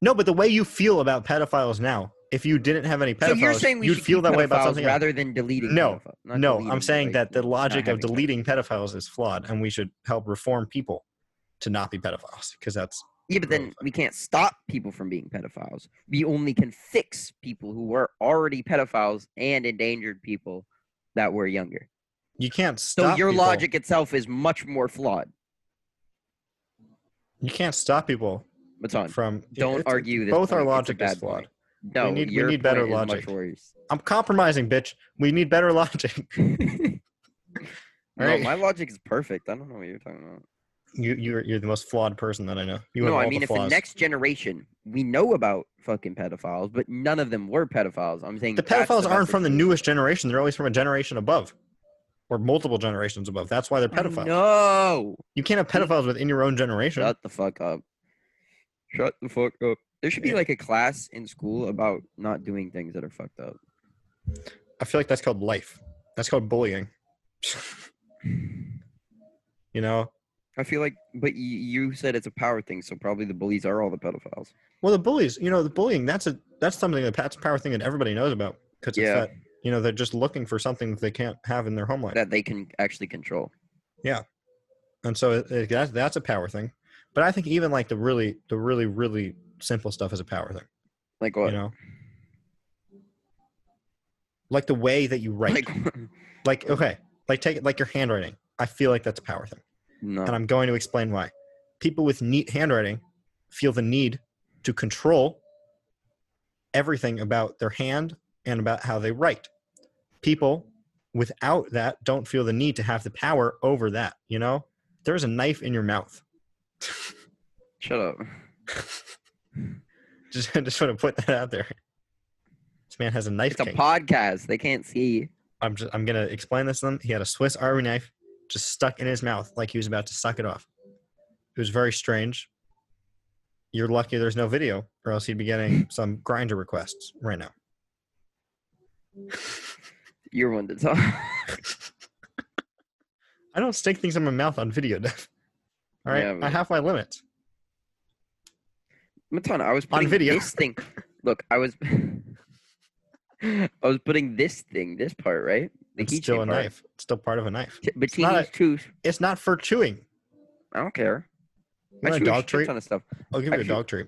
Speaker 1: No, but the way you feel about pedophiles now, if you didn't have any pedophiles,
Speaker 2: so you're saying we
Speaker 1: you'd
Speaker 2: should
Speaker 1: feel
Speaker 2: keep
Speaker 1: that way
Speaker 2: pedophiles
Speaker 1: about something. else.
Speaker 2: rather than deleting?
Speaker 1: No,
Speaker 2: pedophiles. Not
Speaker 1: No,
Speaker 2: deleting,
Speaker 1: I'm
Speaker 2: but,
Speaker 1: saying
Speaker 2: like,
Speaker 1: that the
Speaker 2: not
Speaker 1: logic
Speaker 2: having
Speaker 1: of
Speaker 2: them.
Speaker 1: deleting pedophiles is flawed, and we should help reform people to not be pedophiles because that's
Speaker 2: Yeah, but then we can't stop people from being pedophiles. We only can fix people who were already pedophiles and endangered people that were younger.
Speaker 1: You can't
Speaker 2: So
Speaker 1: stop
Speaker 2: your
Speaker 1: people.
Speaker 2: logic itself is much more flawed.
Speaker 1: You can't stop people
Speaker 2: Matan,
Speaker 1: from.
Speaker 2: don't
Speaker 1: it's-
Speaker 2: argue this.
Speaker 1: Both our
Speaker 2: point. It's a
Speaker 1: logic is
Speaker 2: bad
Speaker 1: flawed.
Speaker 2: point. No,
Speaker 1: need- we
Speaker 2: your
Speaker 1: need better
Speaker 2: point is
Speaker 1: logic.
Speaker 2: Much worse.
Speaker 1: I'm compromising, bitch. We need better logic.
Speaker 2: no,
Speaker 1: Alright.
Speaker 2: my logic is perfect. I don't know what you're talking about.
Speaker 1: You, you're, you're the most flawed person that I know. You have
Speaker 2: no,
Speaker 1: all
Speaker 2: I mean
Speaker 1: the
Speaker 2: if
Speaker 1: flaws.
Speaker 2: the next generation we know about fucking pedophiles, but none of them were pedophiles. I'm saying
Speaker 1: The
Speaker 2: that's
Speaker 1: pedophiles aren't
Speaker 2: message
Speaker 1: from the
Speaker 2: here.
Speaker 1: newest generation. They're always from a generation above or multiple generations above. That's why they're pedophiles.
Speaker 2: No,
Speaker 1: You can't have pedophiles within your own generation.
Speaker 2: shut the fuck up. Shut the fuck up. There should be
Speaker 1: Yeah.
Speaker 2: like a class in school about not doing things that are fucked up.
Speaker 1: I feel like that's called life. That's called bullying. you know?
Speaker 2: I feel like, but you, you said it's a power thing, so probably the bullies are all the pedophiles.
Speaker 1: Well, the bullies, you know, the bullying, that's a that's something that that's a power thing that everybody knows about cuz
Speaker 2: Yeah.
Speaker 1: it's that, you know, they're just looking for something that they can't have in their home life.
Speaker 2: that they can actually control.
Speaker 1: and so it, it, that's that's a power thing. But I think even like the really the really really simple stuff is a power thing,
Speaker 2: Like what?
Speaker 1: you know? Like the way that you write.
Speaker 2: Like
Speaker 1: like okay like take like your handwriting i feel like that's a power thing
Speaker 2: no.
Speaker 1: and i'm going to explain why people with neat handwriting feel the need to control everything about their hand and about how they write people without that don't feel the need to have the power over that you know there's a knife in your mouth
Speaker 2: Shut up.
Speaker 1: just, just want to put that out there this man has a knife
Speaker 2: It's a
Speaker 1: king.
Speaker 2: podcast. They can't see.
Speaker 1: I'm just I'm gonna explain this to them. He had a Swiss Army knife just stuck in his mouth like he was about to suck it off. It was very strange. You're lucky there's no video, or else he'd be getting some grinder requests right now.
Speaker 2: You're one to talk.
Speaker 1: I don't stick things in my mouth on video, Dev. All right,
Speaker 2: Yeah,
Speaker 1: I
Speaker 2: but-
Speaker 1: have my limits.
Speaker 2: Matan, I was putting
Speaker 1: video.
Speaker 2: this thing. Look, I was. I was putting this thing, this part, right? The
Speaker 1: It's
Speaker 2: keychain
Speaker 1: still a
Speaker 2: part,
Speaker 1: knife. It's still part of a knife.
Speaker 2: t- between
Speaker 1: not
Speaker 2: these two,
Speaker 1: It's not for chewing.
Speaker 2: I don't care.
Speaker 1: You want
Speaker 2: I
Speaker 1: a
Speaker 2: chew
Speaker 1: dog
Speaker 2: shit
Speaker 1: treat?
Speaker 2: ton of stuff.
Speaker 1: I'll give you
Speaker 2: Actually-
Speaker 1: a dog treat.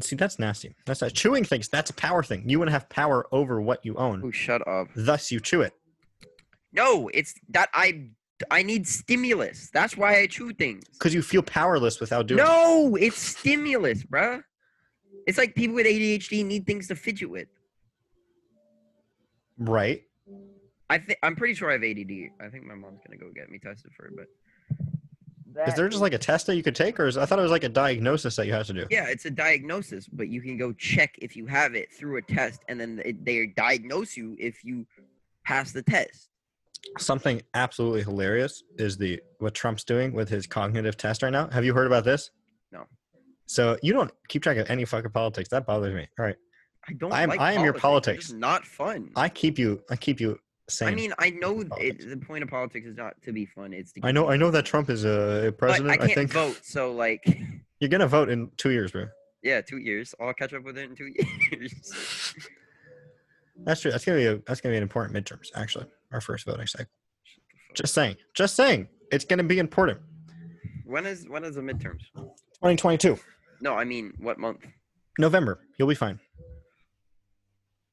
Speaker 1: See, that's nasty. That's not chewing things. That's a power thing. You want to have power over what you own.
Speaker 2: Oh, shut up.
Speaker 1: Thus, you chew it.
Speaker 2: No, it's that I. I need stimulus. That's why I chew things.
Speaker 1: because you feel powerless without doing it.
Speaker 2: No, it's stimulus, bruh. It's like people with ADHD need things to fidget with.
Speaker 1: right
Speaker 2: I think I'm pretty sure I have ADD. I think my mom's gonna go get me tested for it, but
Speaker 1: is there just like a test that you could take or is i thought it was like a diagnosis that you have to do
Speaker 2: yeah, it's a diagnosis, but you can go check if you have it through a test, and then they- they diagnose you if you pass the test.
Speaker 1: something absolutely hilarious is the what trump's doing with his cognitive test right now have you heard about this
Speaker 2: No.
Speaker 1: so you don't keep track of any fucking politics that bothers me all right
Speaker 2: I don't.
Speaker 1: I am-
Speaker 2: like
Speaker 1: I am your
Speaker 2: It's
Speaker 1: politics.
Speaker 2: just not fun. I,
Speaker 1: i keep you i keep you sane i
Speaker 2: mean, I know
Speaker 1: Politics.
Speaker 2: it, the point of politics is not to be fun. It's to
Speaker 1: i
Speaker 2: get
Speaker 1: know
Speaker 2: people
Speaker 1: i know
Speaker 2: voted.
Speaker 1: that trump is a
Speaker 2: But
Speaker 1: president
Speaker 2: I
Speaker 1: i,
Speaker 2: can't
Speaker 1: think
Speaker 2: vote, so like,
Speaker 1: you're gonna vote in two years bro
Speaker 2: yeah, two years. I'll catch up with it in two years.
Speaker 1: that's true that's gonna be a, that's gonna be an important midterms actually our first voting cycle just saying just saying it's gonna be important
Speaker 2: when is when is the midterms?
Speaker 1: 2022
Speaker 2: No, I mean what month?
Speaker 1: November. You'll be fine.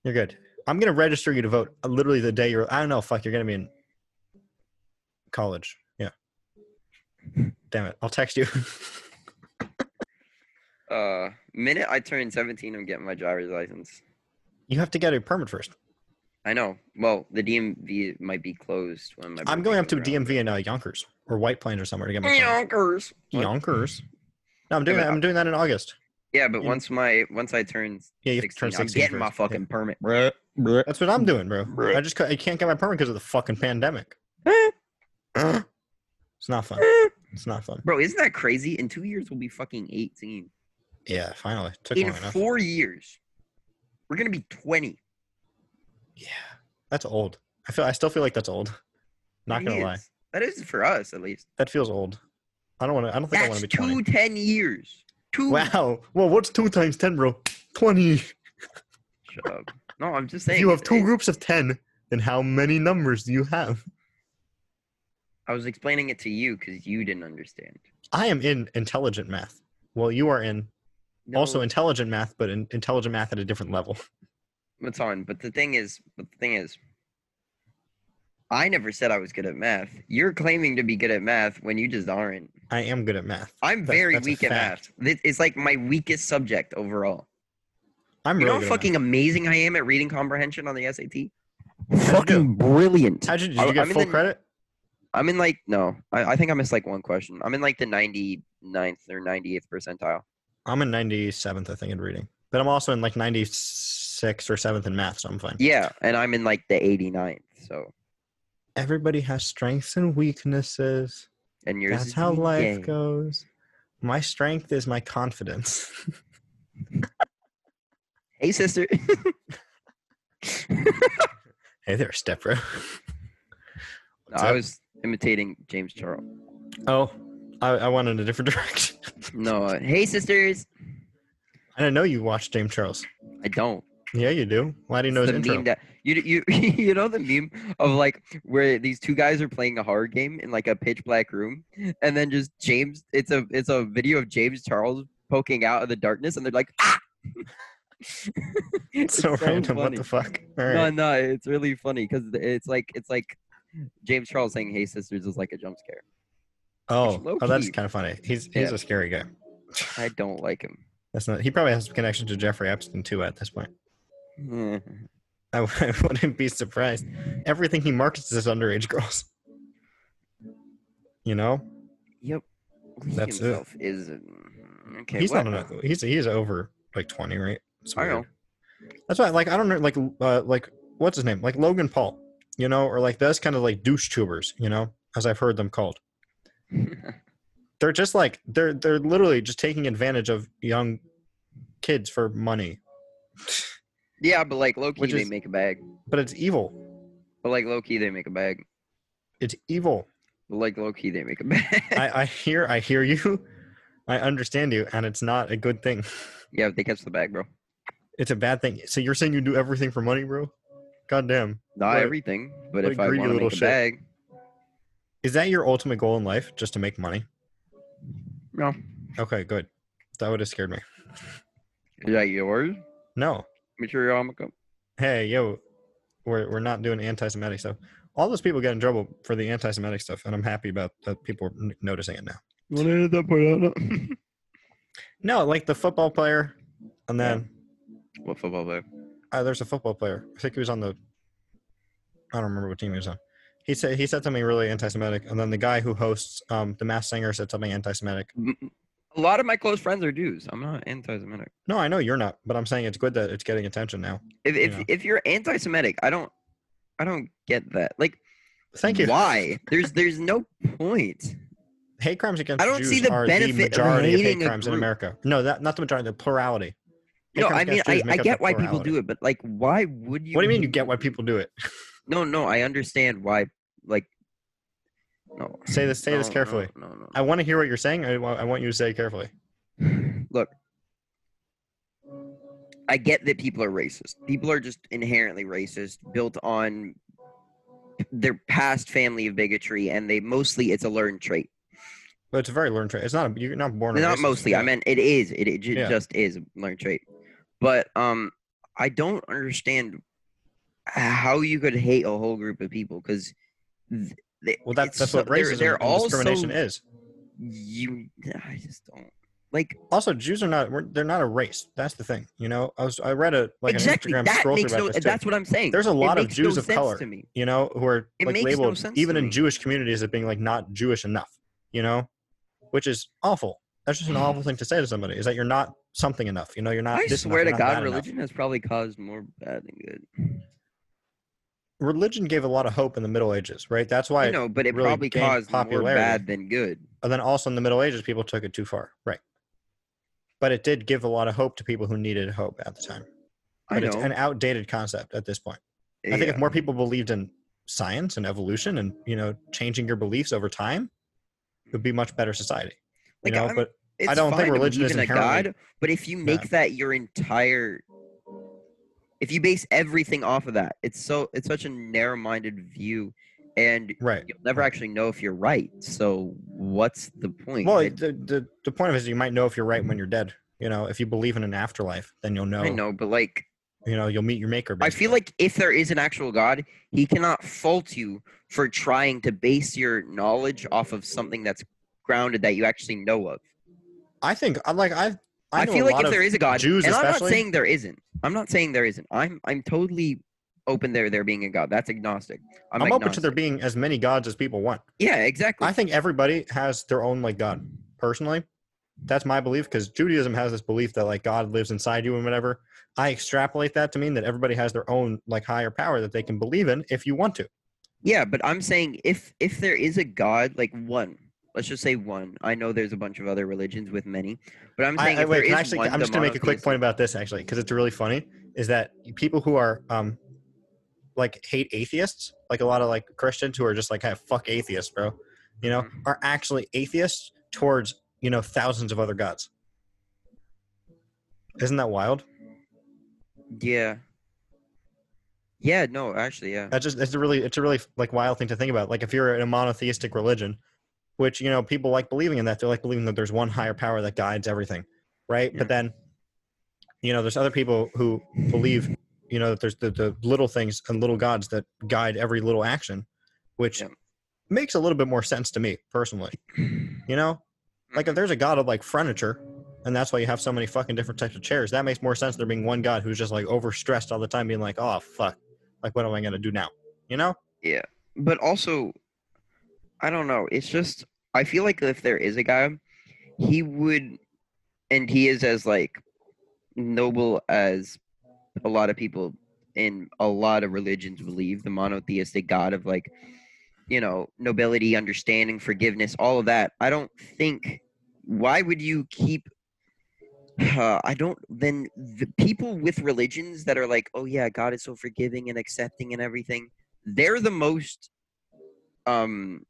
Speaker 1: You're good. I'm gonna register you to vote uh, literally the day you're. I don't know. Fuck, you're gonna be in college. Yeah. Damn it. I'll text you.
Speaker 2: Uh, minute I turn 17, I'm getting my driver's license.
Speaker 1: you have to get a permit first.
Speaker 2: I know. Well, the DMV might be closed when my.
Speaker 1: I'm going up to DMV in uh, Yonkers or White Plains or somewhere to get my permit.
Speaker 2: Yonkers.
Speaker 1: Yonkers. No, I'm doing
Speaker 2: Yeah,
Speaker 1: that.
Speaker 2: but-
Speaker 1: I'm doing that in August.
Speaker 2: Yeah, but
Speaker 1: Yeah.
Speaker 2: once my once I turn
Speaker 1: Yeah, you have to
Speaker 2: 16,
Speaker 1: turn 16
Speaker 2: I'm getting my
Speaker 1: first. Yeah.
Speaker 2: fucking permit. Bruh, bruh.
Speaker 1: That's what I'm doing, bro.
Speaker 2: Bruh.
Speaker 1: I just ca- I can't get my permit because of the fucking pandemic. it's not fun. It's not fun.
Speaker 2: Bro, isn't that crazy? In two years, we'll be fucking 18.
Speaker 1: Yeah, finally took
Speaker 2: In
Speaker 1: long enough.
Speaker 2: four years, we're gonna be 20.
Speaker 1: Yeah, that's old. I feel I still feel like that's old. Not
Speaker 2: It
Speaker 1: gonna lie,
Speaker 2: is. That is for us at least.
Speaker 1: that feels old. I don't want to. I don't think I want
Speaker 2: That's
Speaker 1: to be
Speaker 2: two
Speaker 1: twenty.
Speaker 2: ten years. Two.
Speaker 1: Wow. Well, what's two times ten, bro? Twenty.
Speaker 2: Shut up. No, I'm just
Speaker 1: If
Speaker 2: saying.
Speaker 1: you have
Speaker 2: it-
Speaker 1: two
Speaker 2: it-
Speaker 1: groups of ten, then how many numbers do you have?
Speaker 2: I was explaining it to you because you didn't understand.
Speaker 1: I am in intelligent math. Well, you are in also
Speaker 2: No,
Speaker 1: intelligent math, but in intelligent math at a different level.
Speaker 2: it's on. But the thing is, but the thing is, I never said I was good at math. You're claiming to be good at math when you just aren't.
Speaker 1: I am good at math.
Speaker 2: I'm
Speaker 1: That-
Speaker 2: very
Speaker 1: that's a
Speaker 2: weak at
Speaker 1: fact.
Speaker 2: math. Thi- It's like my weakest subject overall.
Speaker 1: I'm
Speaker 2: You
Speaker 1: really
Speaker 2: know how
Speaker 1: good at math.
Speaker 2: fucking amazing I am at reading comprehension on the SAT.
Speaker 1: How'd you do?
Speaker 2: Fucking brilliant.
Speaker 1: How'd you, did
Speaker 2: I-
Speaker 1: you get
Speaker 2: I'm in
Speaker 1: full
Speaker 2: the-
Speaker 1: credit?
Speaker 2: I'm in like no, I, I think I missed like one question. I'm in like the 99th or 98th percentile.
Speaker 1: I'm in 97th, I think, in reading. But I'm also in like 96 or 7th in math, so I'm fine.
Speaker 2: Yeah, and I'm in like the 89th. So
Speaker 1: Everybody has strengths and weaknesses.
Speaker 2: and yours.
Speaker 1: That's
Speaker 2: is
Speaker 1: how
Speaker 2: me.
Speaker 1: life
Speaker 2: Yay.
Speaker 1: goes. My strength is my confidence.
Speaker 2: Hey sister.
Speaker 1: hey there, step bro.
Speaker 2: No,
Speaker 1: What's
Speaker 2: I
Speaker 1: up?
Speaker 2: was imitating James Charles.
Speaker 1: Oh, I, I went in a different direction.
Speaker 2: No, uh, hey sisters.
Speaker 1: I didn't know you watched James Charles.
Speaker 2: I don't.
Speaker 1: Yeah, you do. Why do you know his
Speaker 2: the
Speaker 1: intro?
Speaker 2: meme that you you you know the meme of like where these two guys are playing a horror game in like a pitch black room, and then just James. It's a it's a video of James Charles poking out of the darkness, and they're like, ah.
Speaker 1: It's so, random. What
Speaker 2: funny.
Speaker 1: the fuck? All right.
Speaker 2: No, no, it's really funny because it's like it's like James Charles saying "Hey sisters" is like a jump scare.
Speaker 1: oh, oh, that's
Speaker 2: low-key.
Speaker 1: kind of funny. He's he's
Speaker 2: Yeah.
Speaker 1: a scary guy.
Speaker 2: I don't like him.
Speaker 1: That's not. He probably has a connection to Jeffrey Epstein too. At this point,
Speaker 2: Eh.
Speaker 1: I, I wouldn't be surprised. Everything he markets is underage girls. You know,
Speaker 2: Yep. He
Speaker 1: That's it.
Speaker 2: himself is mm, okay.
Speaker 1: he's
Speaker 2: what?
Speaker 1: not. An, he's he's over like twenty, right? It's
Speaker 2: I know.
Speaker 1: weird. That's why, like, I don't know, like, uh, like, what's his name? Like Logan Paul, you know, or like those kind of like douche tubers, you know, as I've heard them called. They're just like they're they're literally just taking advantage of young kids for money,
Speaker 2: yeah, but like low key,
Speaker 1: Which
Speaker 2: they
Speaker 1: is-
Speaker 2: make a bag.
Speaker 1: but it's evil.
Speaker 2: But like low key, they make a bag.
Speaker 1: It's evil.
Speaker 2: But like low key, they make a bag.
Speaker 1: I, I hear I hear you, I understand you, and it's not a good thing.
Speaker 2: yeah, but they catch the bag, bro.
Speaker 1: It's a bad thing. So you're saying you do everything for money, bro? Goddamn.
Speaker 2: Not
Speaker 1: What a-
Speaker 2: everything, but
Speaker 1: what a
Speaker 2: if I
Speaker 1: greedy
Speaker 2: want to
Speaker 1: little
Speaker 2: make a
Speaker 1: shit.
Speaker 2: bag,
Speaker 1: Is that your ultimate goal in life? Just to make money?
Speaker 2: no.
Speaker 1: Okay, good. That would have scared me.
Speaker 2: Is that yours?
Speaker 1: No,
Speaker 2: Material Amico?
Speaker 1: hey yo we're, we're not doing anti-semitic stuff all those people get in trouble for the anti-semitic stuff and i'm happy about that people are n- noticing it now
Speaker 2: You want to edit that part out?
Speaker 1: no like the football player and
Speaker 2: Yeah.
Speaker 1: then
Speaker 2: what football player?
Speaker 1: uh, there's a football player i think he was on the i don't remember what team he was on he said he said something really anti-semitic and then the guy who hosts um, the mass singer said something anti-semitic
Speaker 2: M- A lot of my close friends are Jews. I'm not anti-Semitic.
Speaker 1: no i know you're not but i'm saying it's good that it's getting attention now
Speaker 2: If if,
Speaker 1: Yeah.
Speaker 2: if you're anti-Semitic, I don't, I don't get that. Like,
Speaker 1: thank you
Speaker 2: Why? There's there's no point.
Speaker 1: hate crimes against
Speaker 2: I don't
Speaker 1: Jews
Speaker 2: see the
Speaker 1: are the
Speaker 2: benefit of
Speaker 1: majority of, hate
Speaker 2: hating a
Speaker 1: crimes in
Speaker 2: group.
Speaker 1: america no that, not the majority the plurality Hate
Speaker 2: No,
Speaker 1: crimes
Speaker 2: I mean
Speaker 1: against
Speaker 2: I,
Speaker 1: Jews
Speaker 2: I
Speaker 1: make up
Speaker 2: get
Speaker 1: the
Speaker 2: why people
Speaker 1: plurality.
Speaker 2: do it, but like, why would you?
Speaker 1: what do you mean you get why people do it
Speaker 2: No, no, I understand why. Like, no.
Speaker 1: Say this- say this
Speaker 2: No, no,
Speaker 1: carefully.
Speaker 2: Oh, No, no.
Speaker 1: I want to hear what you're saying. I want, I want you to say it carefully.
Speaker 2: Look, I get that people are racist. People are just inherently racist, built on their past family of bigotry, and they mostly it's a learned trait.
Speaker 1: But it's a very learned trait. It's not a, you're not born. a
Speaker 2: not
Speaker 1: racist.
Speaker 2: mostly. I
Speaker 1: Yeah.
Speaker 2: meant it is. It, it ju-
Speaker 1: Yeah.
Speaker 2: just is a learned trait. But um, I don't understand how you could hate a whole group of people because. Th- they-
Speaker 1: Well, that's
Speaker 2: it's
Speaker 1: that's
Speaker 2: so-
Speaker 1: what racism
Speaker 2: they're, they're
Speaker 1: and discrimination
Speaker 2: also-
Speaker 1: is.
Speaker 2: You, I just don't like.
Speaker 1: Also, Jews are not. we're- They're not a race. That's the thing. You know, I was I read a like
Speaker 2: exactly.
Speaker 1: an Instagram
Speaker 2: That
Speaker 1: scroll through
Speaker 2: makes
Speaker 1: about
Speaker 2: no.
Speaker 1: this too.
Speaker 2: That's what I'm saying.
Speaker 1: There's a
Speaker 2: It
Speaker 1: lot of
Speaker 2: makes no
Speaker 1: Jews of
Speaker 2: sense
Speaker 1: color.
Speaker 2: To me.
Speaker 1: you know, who are
Speaker 2: It
Speaker 1: like
Speaker 2: makes no
Speaker 1: labeled
Speaker 2: sense
Speaker 1: even
Speaker 2: to
Speaker 1: in
Speaker 2: me.
Speaker 1: Jewish communities as being like not Jewish enough. You know, which is awful. That's just an awful thing to say to somebody. Is that you're not something enough? You know, you're not.
Speaker 2: I
Speaker 1: this enough,
Speaker 2: swear
Speaker 1: you're
Speaker 2: to
Speaker 1: not
Speaker 2: God,
Speaker 1: that enough.
Speaker 2: religion has probably caused more bad than good.
Speaker 1: Religion gave a lot of hope in the Middle Ages, right? That's why
Speaker 2: I know, but it
Speaker 1: really
Speaker 2: probably
Speaker 1: gained
Speaker 2: caused more
Speaker 1: popularity.
Speaker 2: bad than good.
Speaker 1: and then also in the Middle Ages, people took it too far, right? But it did give a lot of hope to people who needed hope at the time. But
Speaker 2: I know.
Speaker 1: it's an outdated concept at this point. I think
Speaker 2: yeah.
Speaker 1: if more people believed in science and evolution and you know changing your beliefs over time, it would be much better society. You
Speaker 2: Like,
Speaker 1: know,
Speaker 2: I'm-
Speaker 1: but
Speaker 2: it's
Speaker 1: don't think
Speaker 2: fine to
Speaker 1: religion
Speaker 2: believe
Speaker 1: is
Speaker 2: in a
Speaker 1: inherently
Speaker 2: god, but if you
Speaker 1: bad.
Speaker 2: make that your entire, if you base everything off of that, it's so it's such a narrow-minded view, and
Speaker 1: Right.
Speaker 2: you'll never actually know if you're right. So what's the point?
Speaker 1: Well,
Speaker 2: I,
Speaker 1: the, the the point of it is you might know if you're right when you're dead. You know, if you believe in an afterlife, then you'll know.
Speaker 2: I know, but like
Speaker 1: You know, you'll meet your maker.
Speaker 2: I feel like if there is an actual God, he cannot fault you for trying to base your knowledge off of something that's grounded that you actually know of.
Speaker 1: I think I like I. I,
Speaker 2: I,
Speaker 1: know
Speaker 2: feel
Speaker 1: a
Speaker 2: like
Speaker 1: lot
Speaker 2: if
Speaker 1: of
Speaker 2: there is a God,
Speaker 1: Jews
Speaker 2: and I'm not
Speaker 1: especially-
Speaker 2: saying there isn't. I'm not saying there isn't. I'm I'm totally open there there being a God. That's agnostic. I'm,
Speaker 1: I'm, open to there
Speaker 2: agnostic.
Speaker 1: being as many gods as people want.
Speaker 2: Yeah, exactly.
Speaker 1: I think everybody has their own like God. Personally, that's my belief because Judaism has this belief that like God lives inside you and whatever. I extrapolate that to mean that everybody has their own like higher power that they can believe in if you want to.
Speaker 2: Yeah, but I'm saying if if there is a god, like one, let's just say one. I know there's a bunch of other religions with many, but I'm saying
Speaker 1: I, I,
Speaker 2: if
Speaker 1: wait,
Speaker 2: there
Speaker 1: can I
Speaker 2: is
Speaker 1: actually,
Speaker 2: one,
Speaker 1: I'm just gonna make a quick
Speaker 2: monotheistic-
Speaker 1: point about this actually because it's really funny. Is that people who are um, like hate atheists, like a lot of like Christians who are just like, "Hey, fuck atheists, bro," you know,
Speaker 2: Mm-hmm.
Speaker 1: are actually atheists towards you know thousands of other gods. Isn't that wild?
Speaker 2: Yeah. Yeah. No, actually, yeah.
Speaker 1: That's just it's a really it's a really like wild thing to think about. Like if you're in a monotheistic religion, which you know people like believing in that, they like believing that there's one higher power that guides everything, right?
Speaker 2: Yeah.
Speaker 1: But then, you know, there's other people who believe, you know, that there's the, the little things and little gods that guide every little action, which
Speaker 2: Yeah.
Speaker 1: makes a little bit more sense to me personally. You know, like
Speaker 2: Mm-hmm.
Speaker 1: if there's a god of like furniture. And that's why you have so many fucking different types of chairs. That makes more sense than there being one god who's just like overstressed all the time, being like, "Oh fuck, like what am I gonna do now?" You know?
Speaker 2: But also, I don't know. It's just I feel like if there is a god, he would, and he is as like noble as a lot of people in a lot of religions believe the monotheistic god of like you know nobility understanding forgiveness all of that i don't think why would you keep uh, i don't then the people with religions that are like oh yeah god is so forgiving and accepting and everything they're the most um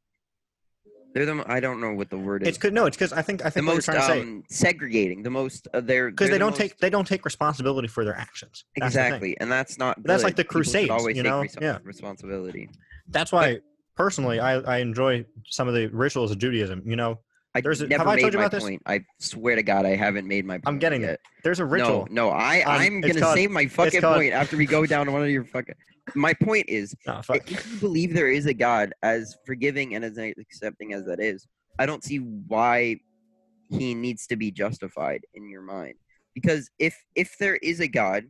Speaker 2: they're the mo- i don't know what the word is
Speaker 1: It's cause, no, it's because I think I
Speaker 2: the
Speaker 1: think what
Speaker 2: most
Speaker 1: you're trying to say
Speaker 2: um, segregating the most uh, they're
Speaker 1: because
Speaker 2: they're
Speaker 1: they
Speaker 2: the
Speaker 1: don't
Speaker 2: most-
Speaker 1: take they don't take responsibility for their actions. That's the thing.
Speaker 2: exactly and that's not
Speaker 1: But that's
Speaker 2: good.
Speaker 1: like the
Speaker 2: People should
Speaker 1: Crusades,
Speaker 2: always
Speaker 1: you
Speaker 2: take
Speaker 1: know?
Speaker 2: res-
Speaker 1: Yeah.
Speaker 2: responsibility
Speaker 1: That's why personally I, I enjoy some of the rituals of Judaism. You know,
Speaker 2: i
Speaker 1: There's a-
Speaker 2: never
Speaker 1: have I
Speaker 2: made
Speaker 1: told you
Speaker 2: my
Speaker 1: about this?
Speaker 2: point i swear to god i haven't made my point
Speaker 1: getting
Speaker 2: yet.
Speaker 1: there's a ritual.
Speaker 2: no no i
Speaker 1: Um,
Speaker 2: i'm
Speaker 1: it's
Speaker 2: gonna
Speaker 1: called-
Speaker 2: save my fucking
Speaker 1: called-
Speaker 2: point after we go down one of your fucking my point is
Speaker 1: Oh, fuck.
Speaker 2: if you believe there is a god as forgiving and as accepting as that is i don't see why he needs to be justified in your mind because if if there is a god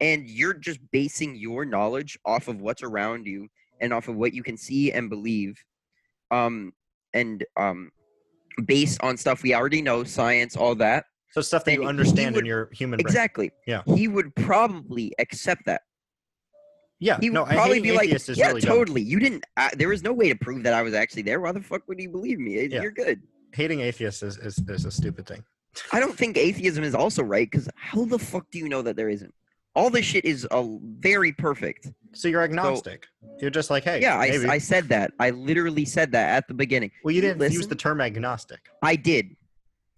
Speaker 2: and you're just basing your knowledge off of what's around you and off of what you can see and believe um and um based on stuff we already know science all that
Speaker 1: So stuff that
Speaker 2: then
Speaker 1: you
Speaker 2: he
Speaker 1: understand in
Speaker 2: would-
Speaker 1: your human brain.
Speaker 2: exactly
Speaker 1: Yeah.
Speaker 2: he would probably accept that
Speaker 1: Yeah,
Speaker 2: he would
Speaker 1: no,
Speaker 2: probably
Speaker 1: I hate
Speaker 2: be like,
Speaker 1: atheists is
Speaker 2: "Yeah,
Speaker 1: really dumb.
Speaker 2: totally. You didn't. I, there was no way to prove that I was actually there. Why the fuck would he believe me? It-
Speaker 1: Yeah.
Speaker 2: You're good."
Speaker 1: Hating atheists is, is, is a stupid thing.
Speaker 2: I don't think atheism is also right because how the fuck do you know that there isn't? All this shit is uh, very perfect.
Speaker 1: So you're agnostic. you're just like, hey,
Speaker 2: yeah, I, s-
Speaker 1: maybe.
Speaker 2: I said that. I literally said that at the beginning.
Speaker 1: well, you didn't use
Speaker 2: listen.
Speaker 1: the term agnostic.
Speaker 2: I did.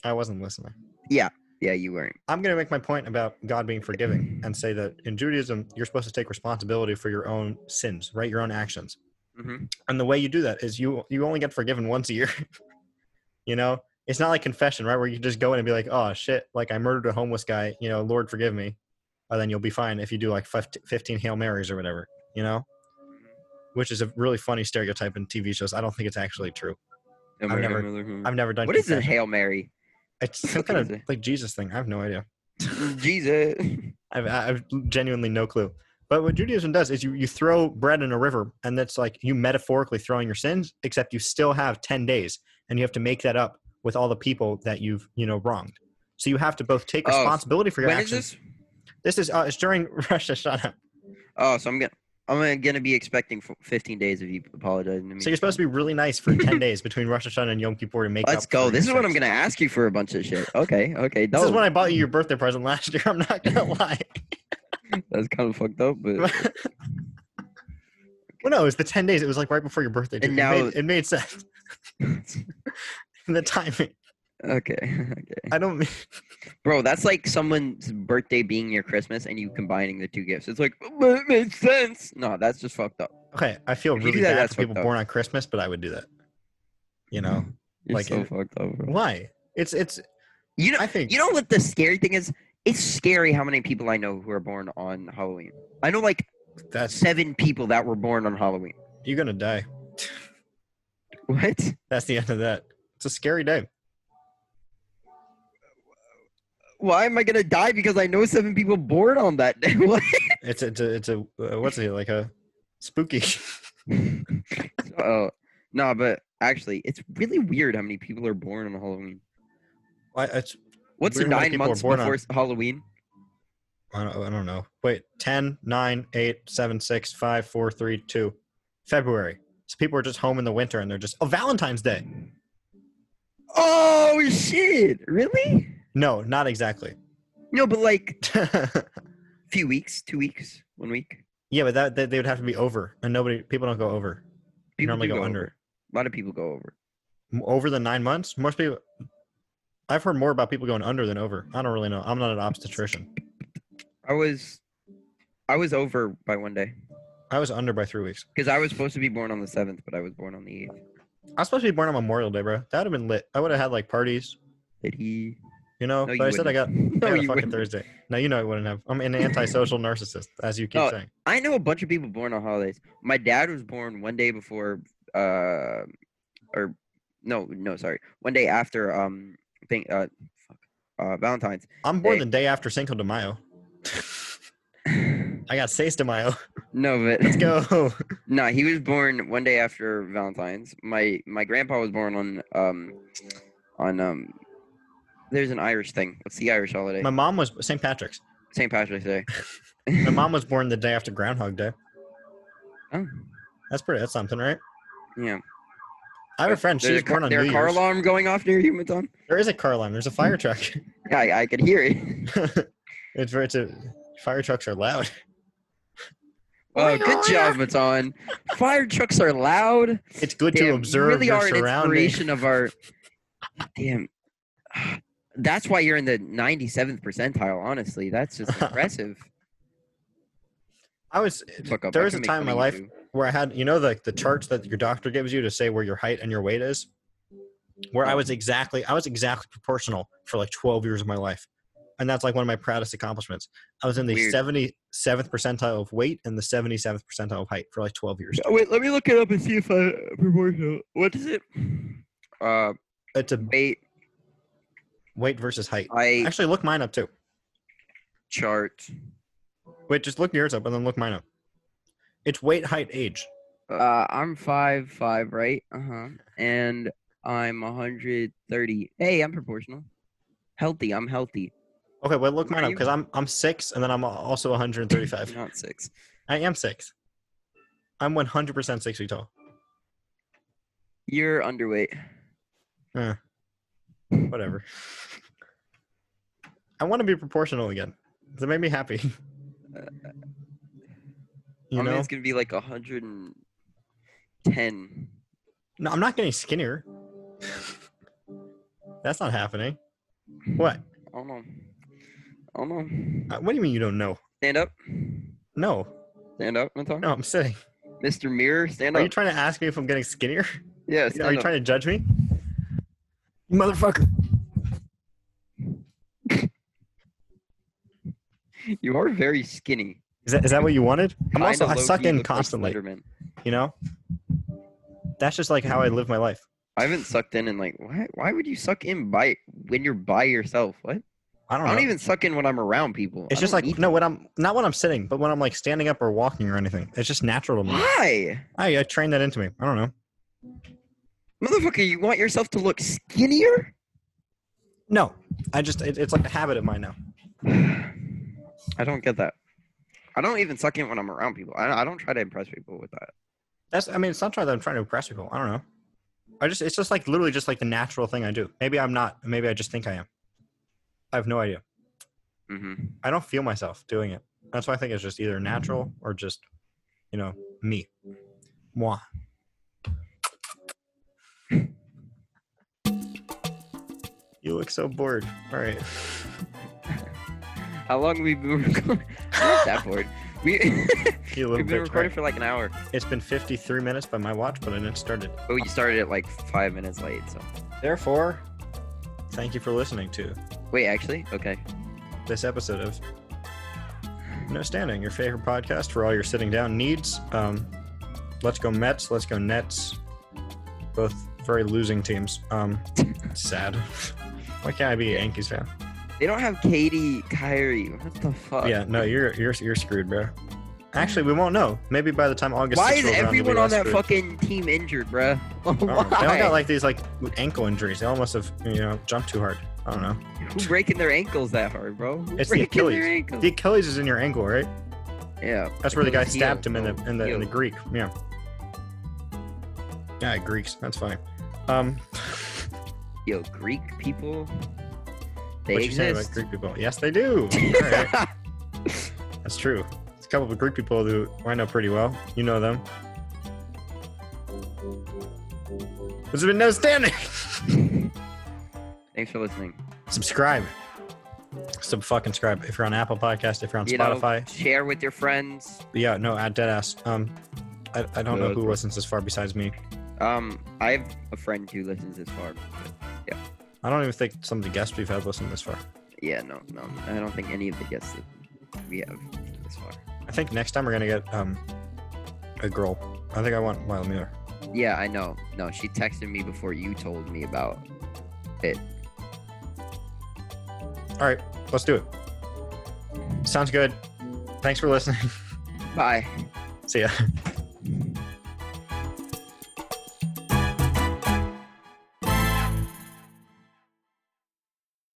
Speaker 1: I wasn't listening.
Speaker 2: Yeah, you weren't.
Speaker 1: I'm going to make my point about God being forgiving and say that in Judaism, you're supposed to take responsibility for your own sins, right? Your own actions.
Speaker 2: hmm
Speaker 1: and the way you do that is you you only get forgiven once a year you know it's not like confession right where you just go in and be like oh shit like i murdered a homeless guy you know lord forgive me and then you'll be fine if you do like fif- 15 hail marys or whatever you know which is a really funny stereotype in tv shows i don't think it's actually true never- i've never done
Speaker 2: What is a
Speaker 1: confession.
Speaker 2: hail mary?
Speaker 1: it's some
Speaker 2: what
Speaker 1: kind
Speaker 2: is
Speaker 1: of
Speaker 2: it?
Speaker 1: like jesus thing i have no idea
Speaker 2: Jesus.
Speaker 1: I've, I've genuinely no clue. But what Judaism does is you, you throw bread in a river, and that's like you metaphorically throwing your sins, except you still have 10 days, and you have to make that up with all the people that you've, you know, wronged. So you have to both take
Speaker 2: Oh,
Speaker 1: responsibility for your
Speaker 2: When is
Speaker 1: actions.
Speaker 2: this?
Speaker 1: this? is uh, it's during Rosh Hashanah.
Speaker 2: Oh, so I'm gonna I'm gonna be expecting f- 15 days of you apologizing to me.
Speaker 1: So you're supposed to be really nice for 10 days between Rosh Hashanah and Yom Kippur to make
Speaker 2: Let's
Speaker 1: up for
Speaker 2: go.
Speaker 1: your
Speaker 2: This is what I'm
Speaker 1: sins.
Speaker 2: gonna ask you for a bunch of shit. Okay, okay.
Speaker 1: This is
Speaker 2: dope.
Speaker 1: when I bought you your birthday present last year. I'm not gonna lie.
Speaker 2: That's kind of fucked up, but
Speaker 1: well, no, it was the 10 days. It was like right before your birthday. dude.
Speaker 2: And
Speaker 1: It
Speaker 2: now-
Speaker 1: made- it made sense. the timing.
Speaker 2: okay, okay.
Speaker 1: I don't mean
Speaker 2: Bro, that's like someone's birthday being your Christmas and you combining the two gifts. It's like, but it makes sense. No, that's just fucked up.
Speaker 1: Okay, I feel
Speaker 2: If you
Speaker 1: really
Speaker 2: do that,
Speaker 1: bad
Speaker 2: that's
Speaker 1: for people
Speaker 2: fucked up.
Speaker 1: born on Christmas, but I would do that. You know
Speaker 2: You're
Speaker 1: Like,
Speaker 2: so
Speaker 1: it-
Speaker 2: fucked up. Bro.
Speaker 1: why? It's it's.
Speaker 2: You know,
Speaker 1: I think
Speaker 2: Mm. you know what the scary thing is? It's scary how many people I know who are born on Halloween. I know like
Speaker 1: that's
Speaker 2: seven people that were born on Halloween.
Speaker 1: you're gonna die.
Speaker 2: What?
Speaker 1: That's the end of that. It's a scary day.
Speaker 2: Why am I gonna die because I know seven people born on that day? What?
Speaker 1: It's it's a, it's a uh, what's it like a spooky.
Speaker 2: Oh no, but actually, it's really weird how many people are born on Halloween.
Speaker 1: I, it's,
Speaker 2: What's
Speaker 1: Weird how many
Speaker 2: nine
Speaker 1: people are
Speaker 2: months
Speaker 1: born on-
Speaker 2: before Halloween?
Speaker 1: I don't, I don't know. Wait, 10, 9, 8, 7, 6, 5, 4, 3, 2. February. So people are just home in the winter and they're just, oh, Valentine's Day.
Speaker 2: Oh shit! Really?
Speaker 1: No, not exactly.
Speaker 2: No, but like
Speaker 1: yeah,
Speaker 2: a few weeks, two weeks, one week.
Speaker 1: but that they, they would have to be over. And nobody, people don't go over.
Speaker 2: People
Speaker 1: normally
Speaker 2: do
Speaker 1: go
Speaker 2: go
Speaker 1: under.
Speaker 2: Over. A lot of people go over.
Speaker 1: M- Over the nine months, most people, I've heard more about people going under than over. I don't really know. I'm not an obstetrician.
Speaker 2: I was, I was over by one day
Speaker 1: I was under by three weeks.
Speaker 2: because I was supposed to be born on the seventh, but I was born on the eighth.
Speaker 1: I was supposed to be born on Memorial Day, bro. That would have been lit. I would have had like parties,
Speaker 2: Did he?
Speaker 1: you know?
Speaker 2: No, you
Speaker 1: but I said I got,
Speaker 2: wouldn't.
Speaker 1: I
Speaker 2: No,
Speaker 1: got a
Speaker 2: you
Speaker 1: fucking
Speaker 2: wouldn't.
Speaker 1: Thursday. No, you know I wouldn't have. I'm an antisocial narcissist, as you keep
Speaker 2: No,
Speaker 1: saying.
Speaker 2: I know a bunch of people born on holidays. My dad was born one day before, uh, or no, no, sorry, one day after um, thing, uh, fuck, uh, Valentine's.
Speaker 1: I'm born
Speaker 2: Hey.
Speaker 1: the day after Cinco de Mayo. I got Seis de Mayo.
Speaker 2: no, but
Speaker 1: Let's go.
Speaker 2: no, he was born one day after Valentine's. My my grandpa was born on um, on um, there's an Irish thing. What's the Irish holiday?
Speaker 1: My mom was St. Patrick's.
Speaker 2: St. Patrick's Day.
Speaker 1: My mom was born the day after Groundhog Day.
Speaker 2: Oh,
Speaker 1: That's pretty. That's something, right?
Speaker 2: yeah.
Speaker 1: I have a friend. She was
Speaker 2: There's a, car,
Speaker 1: born on
Speaker 2: there
Speaker 1: New
Speaker 2: a car
Speaker 1: Year's.
Speaker 2: alarm going off near you, Maton?
Speaker 1: There is a car alarm. There's a fire truck.
Speaker 2: Yeah, I, I could hear it.
Speaker 1: it's very. It's a, fire trucks are loud.
Speaker 2: Oh, good job, Maton. Fire trucks are loud.
Speaker 1: It's good
Speaker 2: Damn,
Speaker 1: to
Speaker 2: you
Speaker 1: observe
Speaker 2: really
Speaker 1: your
Speaker 2: are an
Speaker 1: surroundings.
Speaker 2: inspiration of our. Damn, that's why you're in the 97th percentile. Honestly, that's just impressive.
Speaker 1: I was
Speaker 2: Fuck up.
Speaker 1: There
Speaker 2: I
Speaker 1: was
Speaker 2: can
Speaker 1: a
Speaker 2: make
Speaker 1: time in
Speaker 2: fun
Speaker 1: my
Speaker 2: of you
Speaker 1: life- where I had you know the the charts that your doctor gives you to say where your height and your weight is. Where I was exactly I was exactly proportional for like 12 years of my life. And that's like one of my proudest accomplishments. I was in the
Speaker 2: Weird.
Speaker 1: 77th percentile of weight and the 77th percentile of height for like 12 years.
Speaker 2: too. Oh, Wait, let me look it up and see if I proportional. What is it? Uh,
Speaker 1: It's a
Speaker 2: weight,
Speaker 1: weight versus height.
Speaker 2: height,
Speaker 1: Actually, look mine up too.
Speaker 2: chart.
Speaker 1: Wait, just look yours up and then look mine up. It's weight, height, age.
Speaker 2: Uh, I'm five five, right? Uh huh. And I'm 130. Hey, I'm proportional. Healthy. I'm healthy.
Speaker 1: Okay, well look
Speaker 2: Where
Speaker 1: mine
Speaker 2: are
Speaker 1: up
Speaker 2: you?
Speaker 1: because I'm I'm six and then I'm also 135.
Speaker 2: Not six.
Speaker 1: I am six. I'm 100% six feet tall.
Speaker 2: You're underweight.
Speaker 1: whatever. I want to be proportional again. That made me happy. You
Speaker 2: I mean,
Speaker 1: know,
Speaker 2: it's gonna be like 110.
Speaker 1: no, I'm not getting skinnier. That's not happening. What?
Speaker 2: I don't know. I don't know.
Speaker 1: Uh, What do you mean you don't know?
Speaker 2: Stand up.
Speaker 1: No,
Speaker 2: Stand up, Maton.
Speaker 1: no, I'm sitting.
Speaker 2: Mr. Mirror, stand
Speaker 1: Are
Speaker 2: up.
Speaker 1: you trying to ask me if I'm getting skinnier?
Speaker 2: yeah, stand
Speaker 1: Are you
Speaker 2: up.
Speaker 1: trying to judge me? Motherfucker.
Speaker 2: you are very skinny.
Speaker 1: Is that, is that what you wanted? I'm
Speaker 2: Kinda
Speaker 1: also, I
Speaker 2: low-key
Speaker 1: suck in
Speaker 2: look like
Speaker 1: constantly,
Speaker 2: Slenderman.
Speaker 1: you know? That's just like how I live my life.
Speaker 2: I haven't sucked in in like why? Why would you suck in by when you're by yourself? What?
Speaker 1: I don't
Speaker 2: I
Speaker 1: know.
Speaker 2: don't even suck in when I'm around people.
Speaker 1: It's
Speaker 2: I
Speaker 1: just
Speaker 2: don't
Speaker 1: like
Speaker 2: need
Speaker 1: no, when I'm not when I'm sitting, but when I'm like standing up or walking or anything, it's just natural to me.
Speaker 2: Why,
Speaker 1: I, I trained that into me. I don't know.
Speaker 2: motherfucker? You want yourself to look skinnier?
Speaker 1: No, I just it, it's like a habit of mine now.
Speaker 2: I don't get that. I don't even suck in when I'm around people. I, I don't try to impress people with that.
Speaker 1: That's I mean, it's not trying that I'm trying to impress people. I don't know. I just it's just like literally just like the natural thing I do. Maybe I'm not. Maybe I just think I am. I have no idea.
Speaker 2: hmm
Speaker 1: I don't feel myself doing it. That's why I think it's just either natural or just, you know, me, moi. You look so bored. All right.
Speaker 2: How long we been recording? Not that bored. We
Speaker 1: You little
Speaker 2: We've been
Speaker 1: bitch.
Speaker 2: recording
Speaker 1: Alright.
Speaker 2: for like an hour.
Speaker 1: It's been 53 minutes by my watch, but I didn't start it.
Speaker 2: Oh, you started it like five minutes late. So
Speaker 1: Therefore, thank you for listening to
Speaker 2: wait, actually, okay.
Speaker 1: this episode of No Standing, your favorite podcast for all your sitting down needs. Um, let's go Mets. Let's go Nets. Both very losing teams. Um, sad. Why can't I be a Yankees fan?
Speaker 2: They don't have Katie, Kyrie. What the fuck?
Speaker 1: Yeah, no, you're you're you're screwed, bro. Actually, we won't know. Maybe by the time August.
Speaker 2: Why
Speaker 1: 6th
Speaker 2: is
Speaker 1: rolls around, you'll be
Speaker 2: everyone
Speaker 1: all
Speaker 2: on that
Speaker 1: screwed.
Speaker 2: fucking team injured, bruh?
Speaker 1: I don't know. They all
Speaker 2: Why?
Speaker 1: got like these like ankle injuries. They all must have you know jumped too hard. I don't know.
Speaker 2: Who breaking their ankles that hard, bro? Who
Speaker 1: It's the
Speaker 2: breaking their
Speaker 1: Achilles.
Speaker 2: ankles?
Speaker 1: The Achilles is in your ankle, right?
Speaker 2: Yeah.
Speaker 1: That's where the guy
Speaker 2: Achilles heel,
Speaker 1: stabbed him in the
Speaker 2: bro.
Speaker 1: in the in the
Speaker 2: Heel.
Speaker 1: Greek. Yeah. Yeah, Greeks. That's funny. Um,
Speaker 2: Yo, Greek people. They
Speaker 1: what you saying about
Speaker 2: exist.
Speaker 1: Greek people? Yes, they do. All right. That's true. There's a couple of Greek people who I know pretty well. You know them. There's been no standing.
Speaker 2: Thanks for listening.
Speaker 1: subscribe. Sub fucking subscribe. If you're on Apple Podcast, if you're on
Speaker 2: you
Speaker 1: Spotify,
Speaker 2: know, share with your friends.
Speaker 1: yeah, no, at deadass. Um, I, I don't know who
Speaker 2: Yeah, that's-
Speaker 1: listens this far besides me.
Speaker 2: Um, I have a friend who listens this far.
Speaker 1: I don't even think some of the guests we've had listen this far.
Speaker 2: Yeah, no, no, I don't think any of the guests that we have this far.
Speaker 1: I think next time we're gonna get um a girl. I think I want Lila Mueller.
Speaker 2: Yeah, I know. No, she texted me before you told me about it.
Speaker 1: All right, let's do it. Sounds good. Thanks for listening.
Speaker 2: Bye.
Speaker 1: See ya.